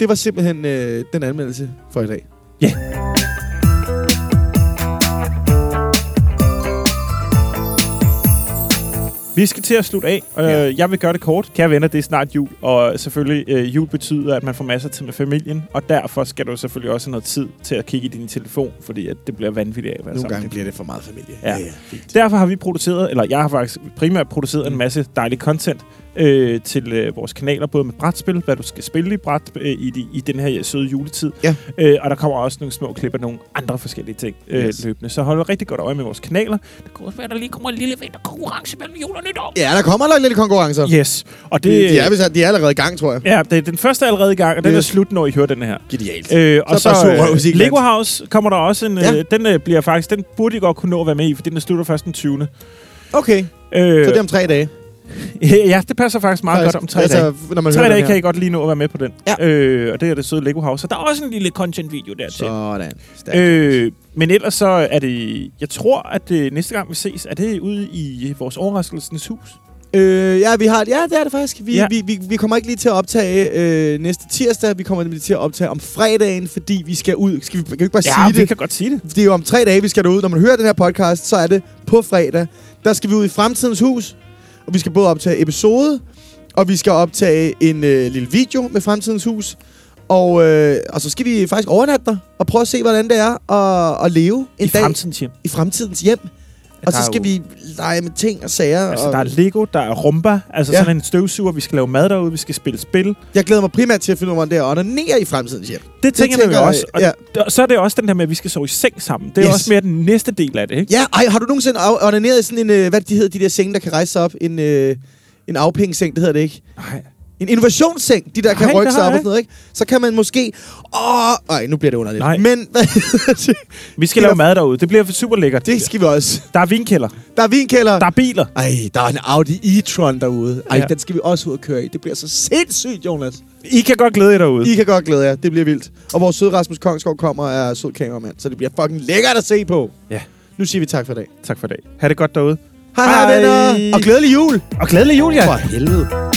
[SPEAKER 3] Det var simpelthen øh, den anmeldelse for i dag.
[SPEAKER 4] Ja. Vi skal til at slutte af, og
[SPEAKER 3] Ja.
[SPEAKER 4] ja. jeg vil gøre det kort. Kære venner, det er snart jul, og selvfølgelig øh, jul betyder, at man får masser til med familien, og derfor skal du selvfølgelig også have noget tid til at kigge i din telefon, fordi at det bliver vanvittigt af at være
[SPEAKER 3] Nogle
[SPEAKER 4] sammen.
[SPEAKER 3] gange bliver det for meget familie.
[SPEAKER 4] Ja.
[SPEAKER 3] ja fint.
[SPEAKER 4] Derfor har vi produceret, eller jeg har faktisk primært produceret en masse dejlig content øh, til øh, vores kanaler, både med brætspil, hvad du skal spille i bræt øh, i, de, i den her søde juletid,
[SPEAKER 3] Ja.
[SPEAKER 4] øh, og der kommer også nogle små klip af nogle andre forskellige ting øh,
[SPEAKER 3] Yes.
[SPEAKER 4] yes. løbende. Så hold rigtig godt øje med vores kanaler. Det kunne også være, der lige kommer en lille vinterkonkurrence mellem jul og nytår.
[SPEAKER 3] ja, der kommer nok lidt konkurrencer. Ja,
[SPEAKER 4] Yes, og
[SPEAKER 3] det,
[SPEAKER 4] det...
[SPEAKER 3] de, er, vist- de er allerede i gang, tror jeg.
[SPEAKER 4] Ja, det er den første er allerede i gang, og den
[SPEAKER 3] Yes.
[SPEAKER 4] er slut, når I hører den her.
[SPEAKER 3] Genialt.
[SPEAKER 4] Øh, og
[SPEAKER 3] Så
[SPEAKER 4] så,
[SPEAKER 3] bare sur røv,
[SPEAKER 4] øh,
[SPEAKER 3] Sigland.
[SPEAKER 4] Lego House kommer der også en...
[SPEAKER 3] Ja.
[SPEAKER 4] Ja. Øh, den øh, bliver faktisk... Den burde I godt kunne nå at være med i, for den slutter først den 20. Øh,
[SPEAKER 3] Okay, så det er om tre dage.
[SPEAKER 4] Ja, det passer faktisk meget
[SPEAKER 3] Faktisk.
[SPEAKER 4] godt om tre altså, dage.
[SPEAKER 3] Når man
[SPEAKER 4] Tre
[SPEAKER 3] hører
[SPEAKER 4] dage
[SPEAKER 3] den
[SPEAKER 4] kan
[SPEAKER 3] her.
[SPEAKER 4] I godt lige nå at være med på den.
[SPEAKER 3] Ja.
[SPEAKER 4] Øh, og det er det søde Lego House. Så der er også en lille content-video der til.
[SPEAKER 3] Sådan. Stærkt.
[SPEAKER 4] Øh, men ellers så er det... Jeg tror, at øh, næste gang vi ses, er det ude i vores overraskelsens hus.
[SPEAKER 3] Øh, ja, vi har, ja, det er det faktisk. Vi, ja.
[SPEAKER 4] Ja.
[SPEAKER 3] vi, vi, vi kommer ikke lige til at optage øh, næste tirsdag. Vi kommer nemlig til at optage om fredagen, fordi vi skal ud. Skal vi, kan vi ikke bare
[SPEAKER 4] Ja,
[SPEAKER 3] sige
[SPEAKER 4] vi
[SPEAKER 3] det?
[SPEAKER 4] kan godt sige det.
[SPEAKER 3] Det er jo om tre dage, vi skal derud. Når man hører den her podcast, så er det på fredag. Der skal vi ud i Fremtidens Hus, og vi skal både optage episode, og vi skal optage en øh, lille video med Fremtidens Hus. Og, øh, og så skal vi faktisk overnatte dig og prøve at se, hvordan det er at, at leve en
[SPEAKER 4] I
[SPEAKER 3] dag
[SPEAKER 4] fremtidens hjem.
[SPEAKER 3] i fremtidens hjem. Og
[SPEAKER 4] der
[SPEAKER 3] så
[SPEAKER 4] er
[SPEAKER 3] skal
[SPEAKER 4] jo-
[SPEAKER 3] vi lege med ting og sager.
[SPEAKER 4] Altså,
[SPEAKER 3] og
[SPEAKER 4] der er Lego, der er rumba, altså
[SPEAKER 3] Ja.
[SPEAKER 4] ja. sådan en støvsuger, vi skal lave mad derude, vi skal spille spil.
[SPEAKER 3] Jeg glæder mig primært til at finde ud af, hvordan det er at onanere i fremtidens hjem.
[SPEAKER 4] Det
[SPEAKER 3] tænker
[SPEAKER 4] tænker, det
[SPEAKER 3] jeg,
[SPEAKER 4] jeg også. Og
[SPEAKER 3] ja.
[SPEAKER 4] ja. så er det også den der med, at vi skal sove i seng sammen. Det er
[SPEAKER 3] Yes.
[SPEAKER 4] yes. også mere den næste del af det, ikke?
[SPEAKER 3] Ja, ej, har du nogensinde af- onaneret i sådan en, øh, hvad de hedder, de der senge, der kan rejse sig op? En, øh, en afpengeseng, det hedder det ikke.
[SPEAKER 4] Nej.
[SPEAKER 3] En innovationsseng, de der kan
[SPEAKER 4] Ej,
[SPEAKER 3] rykke sig
[SPEAKER 4] nej.
[SPEAKER 3] op og sådan noget, ikke? Så kan man måske... Åh, nej, nu bliver det underligt.
[SPEAKER 4] Nej.
[SPEAKER 3] Men hvad hedder det?
[SPEAKER 4] Vi skal
[SPEAKER 3] Det er-
[SPEAKER 4] lave mad derude. Det bliver super lækkert.
[SPEAKER 3] det skal vi også.
[SPEAKER 4] Der er vinkælder.
[SPEAKER 3] Der er vinkælder.
[SPEAKER 4] Der er biler.
[SPEAKER 3] Ej, der er en Audi e-tron derude. Ej, ja.
[SPEAKER 4] Ja.
[SPEAKER 3] den skal vi også ud og køre i. Det bliver så sindssygt, Jonas.
[SPEAKER 4] I kan godt glæde jer derude.
[SPEAKER 3] I kan godt glæde jer. Det bliver vildt. Og vores søde Rasmus Kongsgaard kommer og er sød kameramand, så det bliver fucking lækkert at se på.
[SPEAKER 4] Ja.
[SPEAKER 3] Nu siger vi tak for i dag.
[SPEAKER 4] Tak for i dag. Ha' det godt derude.
[SPEAKER 3] Hej, hej,
[SPEAKER 4] Hej.
[SPEAKER 3] venner. Og glædelig jul.
[SPEAKER 4] Og glædelig jul, ja.
[SPEAKER 3] For helvede.